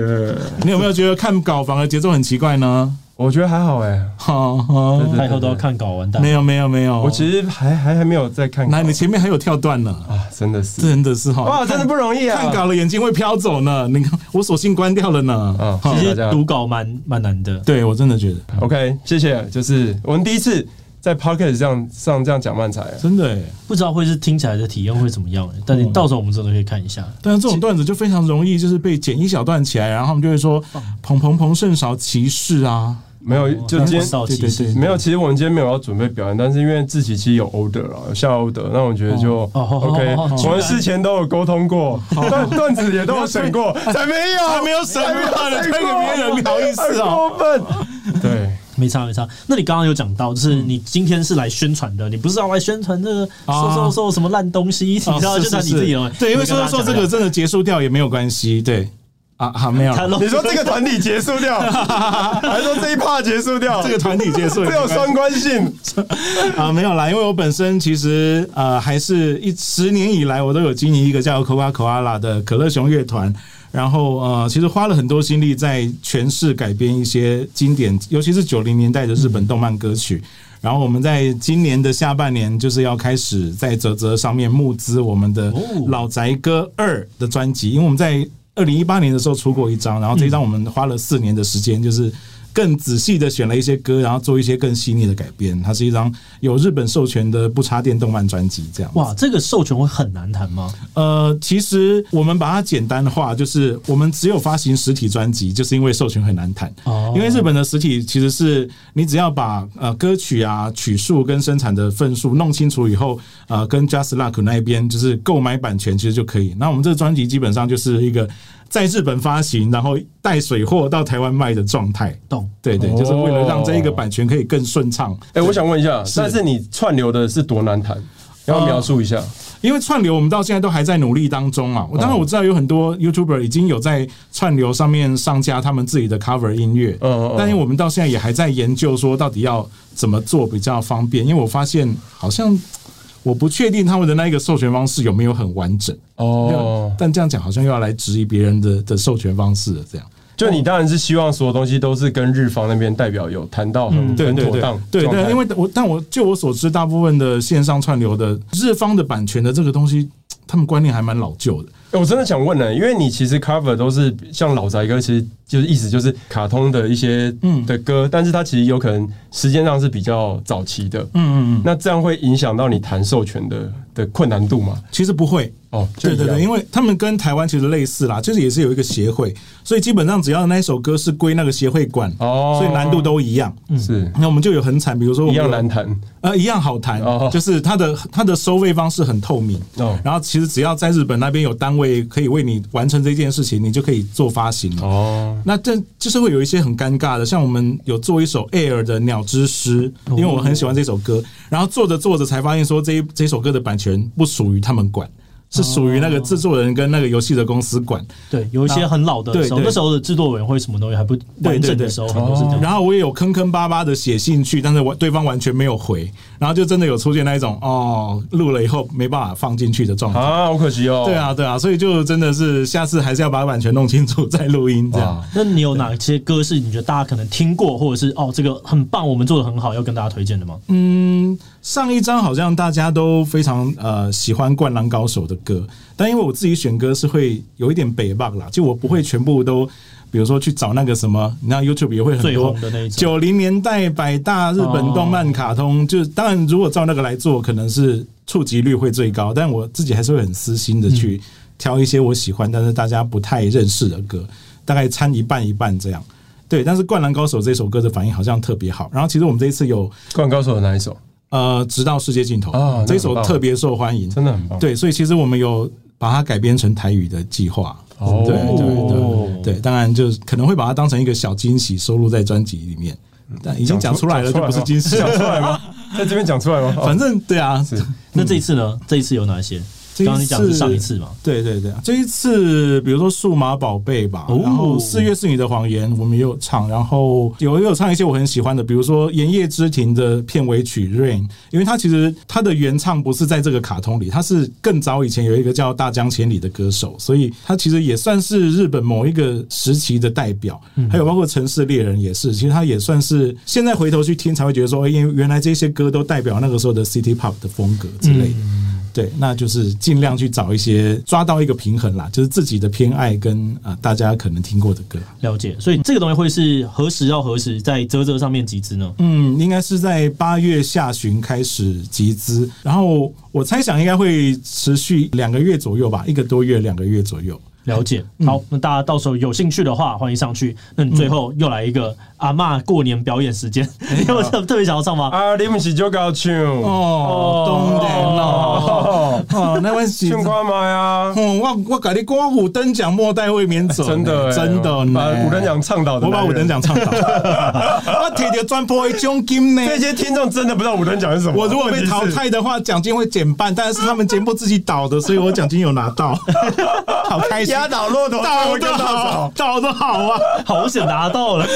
S3: 你有没有觉得看稿反而节奏很奇怪呢？
S2: 我觉得还好哎，
S3: 哈哈，
S1: 太后都要看稿，完蛋。
S3: 哦没有没有没有，
S2: 我其实还还还没有在看稿。
S3: 那你前面还有跳段呢，
S2: 啊，真的是
S3: 真的是哈，
S2: 哇，真的不容易啊！
S3: 看稿了眼睛会飘走呢，你看我索性关掉了呢
S2: 啊，，
S3: 哈
S2: 谢
S1: 其
S2: 谢
S1: 实
S2: 大家
S1: 读。稿蛮蛮难的。
S3: 对我真的觉得
S2: OK，谢谢。就是我们第一次在 Pocket 上上这样讲漫才，啊
S3: 真的欸。
S1: 不知道会是听起来的体验会怎么样、欸但你到时候我们真的可以看一下。
S3: 但是这种段子就非常容易，就是被剪一小段起来，然后他们就会说“彭彭彭甚少歧视啊
S2: 没有，就今
S1: 很少
S2: 天。
S1: 其实
S3: 对对对
S2: 没有，其实我们今天没有要准备表演，但是因为自己其实有 order 了，有下 order，那我觉得就
S1: 哦哦
S2: OK
S1: 哦哦。
S2: 我们事前都有沟通过，段段子也都有审过，才没有，
S3: 还没有审
S2: 才没有
S3: 过呢
S2: 审
S3: 推给
S2: 过
S3: 别人你好意思
S2: 很
S3: 哦
S2: 过分。对，
S1: 没差没差。那你刚刚有讲到，就是你今天是来宣传的，你不是要来宣传这个
S3: 嗯啊
S1: 瘦瘦瘦什么烂东西，你”，知道宣
S3: 哦是
S1: 传你自己的东西。
S3: 对，因为
S1: 你跟
S3: 说
S1: 大家
S3: 说
S1: 讲
S3: 这个真的结束掉也没有关系，对啊，好没有
S1: 一下，他
S3: 了
S1: 都
S2: 你说这个团体结束掉，还是说这一趴结束掉？
S3: 这个团体结束
S2: 这
S3: 也没
S2: 有
S3: 关系
S2: 双关性，
S3: 啊，没有啦，因为我本身其实呃还是一十年以来我都有经营一个叫 Coca Cola 的可乐熊乐团。然后呃，其实花了很多心力在诠释改编一些经典，尤其是九零年代的日本动漫歌曲。然后我们在今年的下半年就是要开始在泽泽上面募资我们的
S1: 哦
S3: 《老宅歌二》的专辑，因为我们在二零一八年的时候出过一张，然后这一张我们花了四年的时间，就是更仔细的选了一些歌，然后做一些更细腻的改编。它是一张有日本授权的不插电动漫专辑，这样。
S1: 哇，这个授权会很难谈吗？
S3: 呃，其实我们把它简单化，就是我们只有发行实体专辑，就是因为授权很难谈。
S1: 哦
S3: 因为日本的实体其实是你只要把呃歌曲啊、曲数跟生产的份数弄清楚以后，呃，跟 Just Luck 那一边就是购买版权其实就可以。那我们这个专辑基本上就是一个在日本发行，然后带水货到台湾卖的状态。
S1: 懂？
S3: 对对，
S2: 哦
S3: 就是为了让这一个版权可以更顺畅。
S2: 哎、我想问一下，但是你串流的是多难谈？要不要描述一下，
S3: 因为串流我们到现在都还在努力当中嘛。
S2: 哦
S3: 我当然我知道有很多 YouTuber 已经有在串流上面上架他们自己的 cover 音乐，
S2: 嗯嗯嗯
S3: 但是我们到现在也还在研究说到底要怎么做比较方便，因为我发现好像。我不确定他们的那一个授权方式有没有很完整
S2: 哦
S3: 但这样讲好像又要来质疑别人的的授权方式了。这样，
S2: 就你当然是希望所有东西都是跟日方那边代表有谈到很、
S3: 嗯对
S2: 很嗯
S3: 对
S2: 妥
S3: 对
S2: 当，
S3: 对
S2: 状态
S3: 对，因为我但我就我所知，大部分的线上串流的呃日方的版权的这个东西，他们观念还蛮老旧的。
S2: 欸我真的想问呢、因为你其实 cover 都是像老宅歌，其实就是意思就是卡通的一些
S3: 嗯
S2: 的歌，但是它其实有可能时间上是比较早期的，
S3: 嗯嗯嗯。
S2: 那这样会影响到你谈授权的的困难度吗？
S3: 其实不会。
S2: 哦，就
S3: 对对
S2: 一样
S3: 对，因为他们跟台湾其实类似啦，就是也是有一个协会，所以基本上只要那一首歌是归那个协会管，
S2: 哦
S3: 所以难度都一样。
S2: 是
S3: 那我们就有很惨，比嗯如说我
S2: 一
S3: 们
S2: 样
S3: 有
S2: 难，谈。
S3: 呃，一样好谈，
S2: 哦
S3: 就是它的它的收费方式很透明。
S2: 哦
S3: 然后其实只要在日本那边有单位可以为你完成这件事情，你就可以做发行了。
S2: 哦，
S3: 那这就是会有一些很尴尬的，像我们有做一首 Air 的《鸟之诗》，因为我很喜欢这首歌，然后做着做着才发现说这一这首歌的版权不属于他们管，是属于那个制作人跟那个游戏的公司管。
S1: 对，有一些很老的
S3: 对
S1: 时候，
S3: 对
S1: 那时候的制作委员会什么东西还不完整的时候，很多是这样。
S3: 然后我也有坑坑巴巴的写信去，但是我对方完全没有回，然后就真的有出现那一种哦，录了以后没办法放进去的状态。
S2: 啊，好可惜哦。
S3: 对，啊，对啊，所以就真的是下次还是要把版权弄清楚再录音这样
S2: 哇。
S1: 那你有哪些歌是你觉得大家可能听过，或者是哦这个很棒，我们做的很好，要跟大家推荐的吗？
S3: 嗯，上一张好像大家都非常呃喜欢《灌篮高手》的歌，但因为我自己选歌是会有一点北棒啦，就我不会全部都。比如说去找那个什么，你看 YouTube 也会很
S1: 最
S3: 多
S1: 红的那一种
S3: 九零年代百大日本动漫卡通，就当然如果照那个来做，可能是触及率会最高，但我自己还是会很私心的去挑一些我喜欢，但是大家不太认识的歌，大概掺一半一半这样。对，但是《灌篮高手》这首歌的反应好像特别好。然后其实我们这一次有
S2: 灌篮高手的哪一首？
S3: 呃，直到世界尽头、
S2: 啊那
S3: 这
S2: 很
S3: 首
S2: 棒
S3: 特别受欢迎，
S2: 真的很棒。，
S3: 对，所以其实我们有把它改编成台语的计划，
S2: 哦
S3: 对对对对，当然就是可能会把它当成一个小惊喜收录在专辑里面，但已经讲出来了就不是惊喜
S2: 讲，出来吗？在这边讲出来吗？哦
S3: 反正对啊，
S2: 是
S1: 那这一次呢？这一次有哪些？
S3: 这
S1: 刚刚
S3: 一
S1: 你讲的是
S3: 次
S1: 上一次嘛？
S3: 对对对啊，这一次比如说数码宝贝吧，
S1: 哦
S3: 然后四月是你的谎言，我们也有唱，然后有也有唱一些我很喜欢的，比如说《炎夜之庭》的片尾曲《Rain》，因为它其实它的原唱不是在这个卡通里，它是更早以前有一个叫大江千里的歌手，所以它其实也算是日本某一个时期的代表，还有包括《城市猎人》也是，其实它也算是现在回头去听才会觉得说，哎，因为原来这些歌都代表那个时候的 City Pop 的风格之类的。对，那就是尽量去找一些抓到一个平衡啦，就是自己的偏爱跟啊、呃大家可能听过的歌。
S1: 了解，所以这个东西会是何时到何时在泽泽上面集资呢？
S3: 嗯，应该是在八月下旬开始集资，然后我猜想应该会持续两个月左右吧，一个多月、两个月左右。
S1: 了解，
S3: 嗯
S1: 好，那大家到时候有兴趣的话，欢迎上去。那你最后又来一个阿嬷过年表演时间，
S3: 哎
S1: 你有特特别想要唱吗？
S2: 啊，你们是就搞唱
S3: 哦，冬天哦，
S2: 哦，
S3: 哦， 那关系。
S2: 唱看麦啊，
S3: 嗯，我我跟你讲，五等奖莫待未免走呢，
S2: 真的欸
S3: 真的呢，
S2: 把五等奖倡导的
S3: 我把
S2: 男
S3: 五
S2: 人
S3: 等 奖唱倒，我提着赚破一奖金呢。
S2: 这些听众真的不知道五等奖是什么。
S3: 我如果被淘
S2: 问题 是，
S3: 汰的话，奖金会减半，但是他们节目自己倒的，所以我奖金有拿 到，好开心，
S2: 压倒骆驼
S3: 倒
S2: 最后一
S3: 的
S2: 根稻
S3: 好
S2: 草。，
S3: 倒的好啊！
S1: 好险拿到了，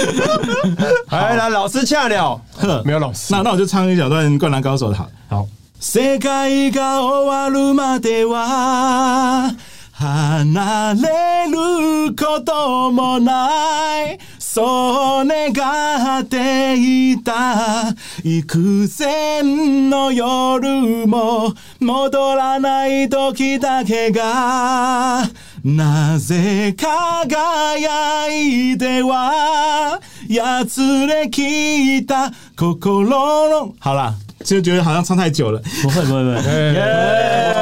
S2: 来来，老师恰了，没有老师
S3: 那那我就唱一小段《灌篮高手》的好了。
S1: 好。
S3: 世界が終わるまでは離れることもないそう願っていた幾千の夜も戻らない時だけがなぜ輝いてはやつれきった心の好啦就觉得好像唱太久了。
S1: 不会不会不会，
S3: 哎
S1: 耶！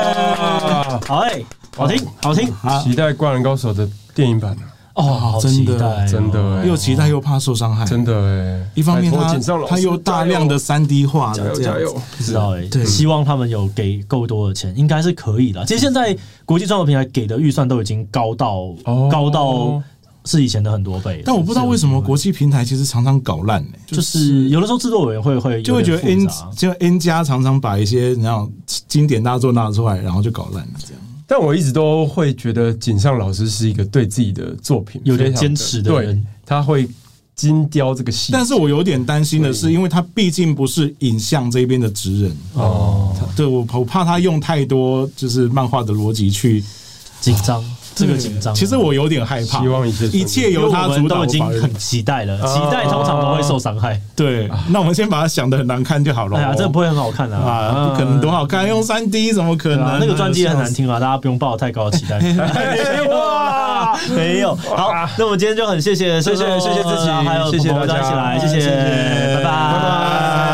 S1: 好哎，好
S3: 哦
S1: 听好听
S2: 期待《灌篮高手》的电影版，
S1: 哦，好期待哦，
S2: 真的哎，
S3: 又期待又怕受伤害，
S2: 真的哎。
S3: 一方面
S2: 拜托
S3: 他
S2: 井上老师
S3: 他又大量的三 D 化
S2: 加
S3: 了，
S2: 油
S3: 这样
S2: 加
S3: 子
S2: 油，
S1: 不知道哎
S3: 对，
S1: 希望他们有给够多的钱，应该是可以的。其实现在国际创作平台给的预算都已经高到
S2: 哦
S1: 高到是以前的很多倍了，
S3: 但我不知道为什么国际平台其实常常搞烂呢、就
S1: 就是有的时候制作委员会会有
S3: 就会觉得
S1: 点
S3: N
S1: 复杂
S3: 就 N 加常常把一些你知道经典大作拿出来，然后就搞烂了这样。
S2: 但我一直都会觉得井上老师是一个对自己的作品
S1: 有点
S2: 非常
S1: 坚持的人
S2: 对，他会精雕这个戏。
S3: 但是我有点担心的是，因为他毕竟不是影像这边的职人，
S2: 哦，
S3: 他对我我怕他用太多就是漫画的逻辑去
S1: 紧张，这个紧张啊。
S3: 其实我有点害怕，
S2: 希望一切顺利
S3: 一切
S1: 因为
S3: 由
S1: 我
S3: 他
S1: 们
S3: 主导。
S1: 都已经
S3: 我啊反而
S1: 很期待了，期待通常都会受伤害。
S3: 对，那我们先把它想的很难看就好了。
S1: 哎呀，这个不会很好看
S3: 啊，
S1: 啊，
S3: 不可能多好看，用三 D 怎么可
S1: 对
S3: 能
S1: 啊
S3: 呢？
S1: 那个专辑也很难听啊，大家不用抱有太高的期 待。 哇，没有。
S3: 啊
S1: 好，那我们今天就很谢谢，
S2: 谢谢谢谢志
S1: 自己，
S2: 奇
S1: 还有
S2: 谢谢
S1: 朋友
S2: 大
S1: 一起
S2: 家
S1: 来，谢谢，
S3: 谢谢
S1: 拜拜
S3: 拜拜哎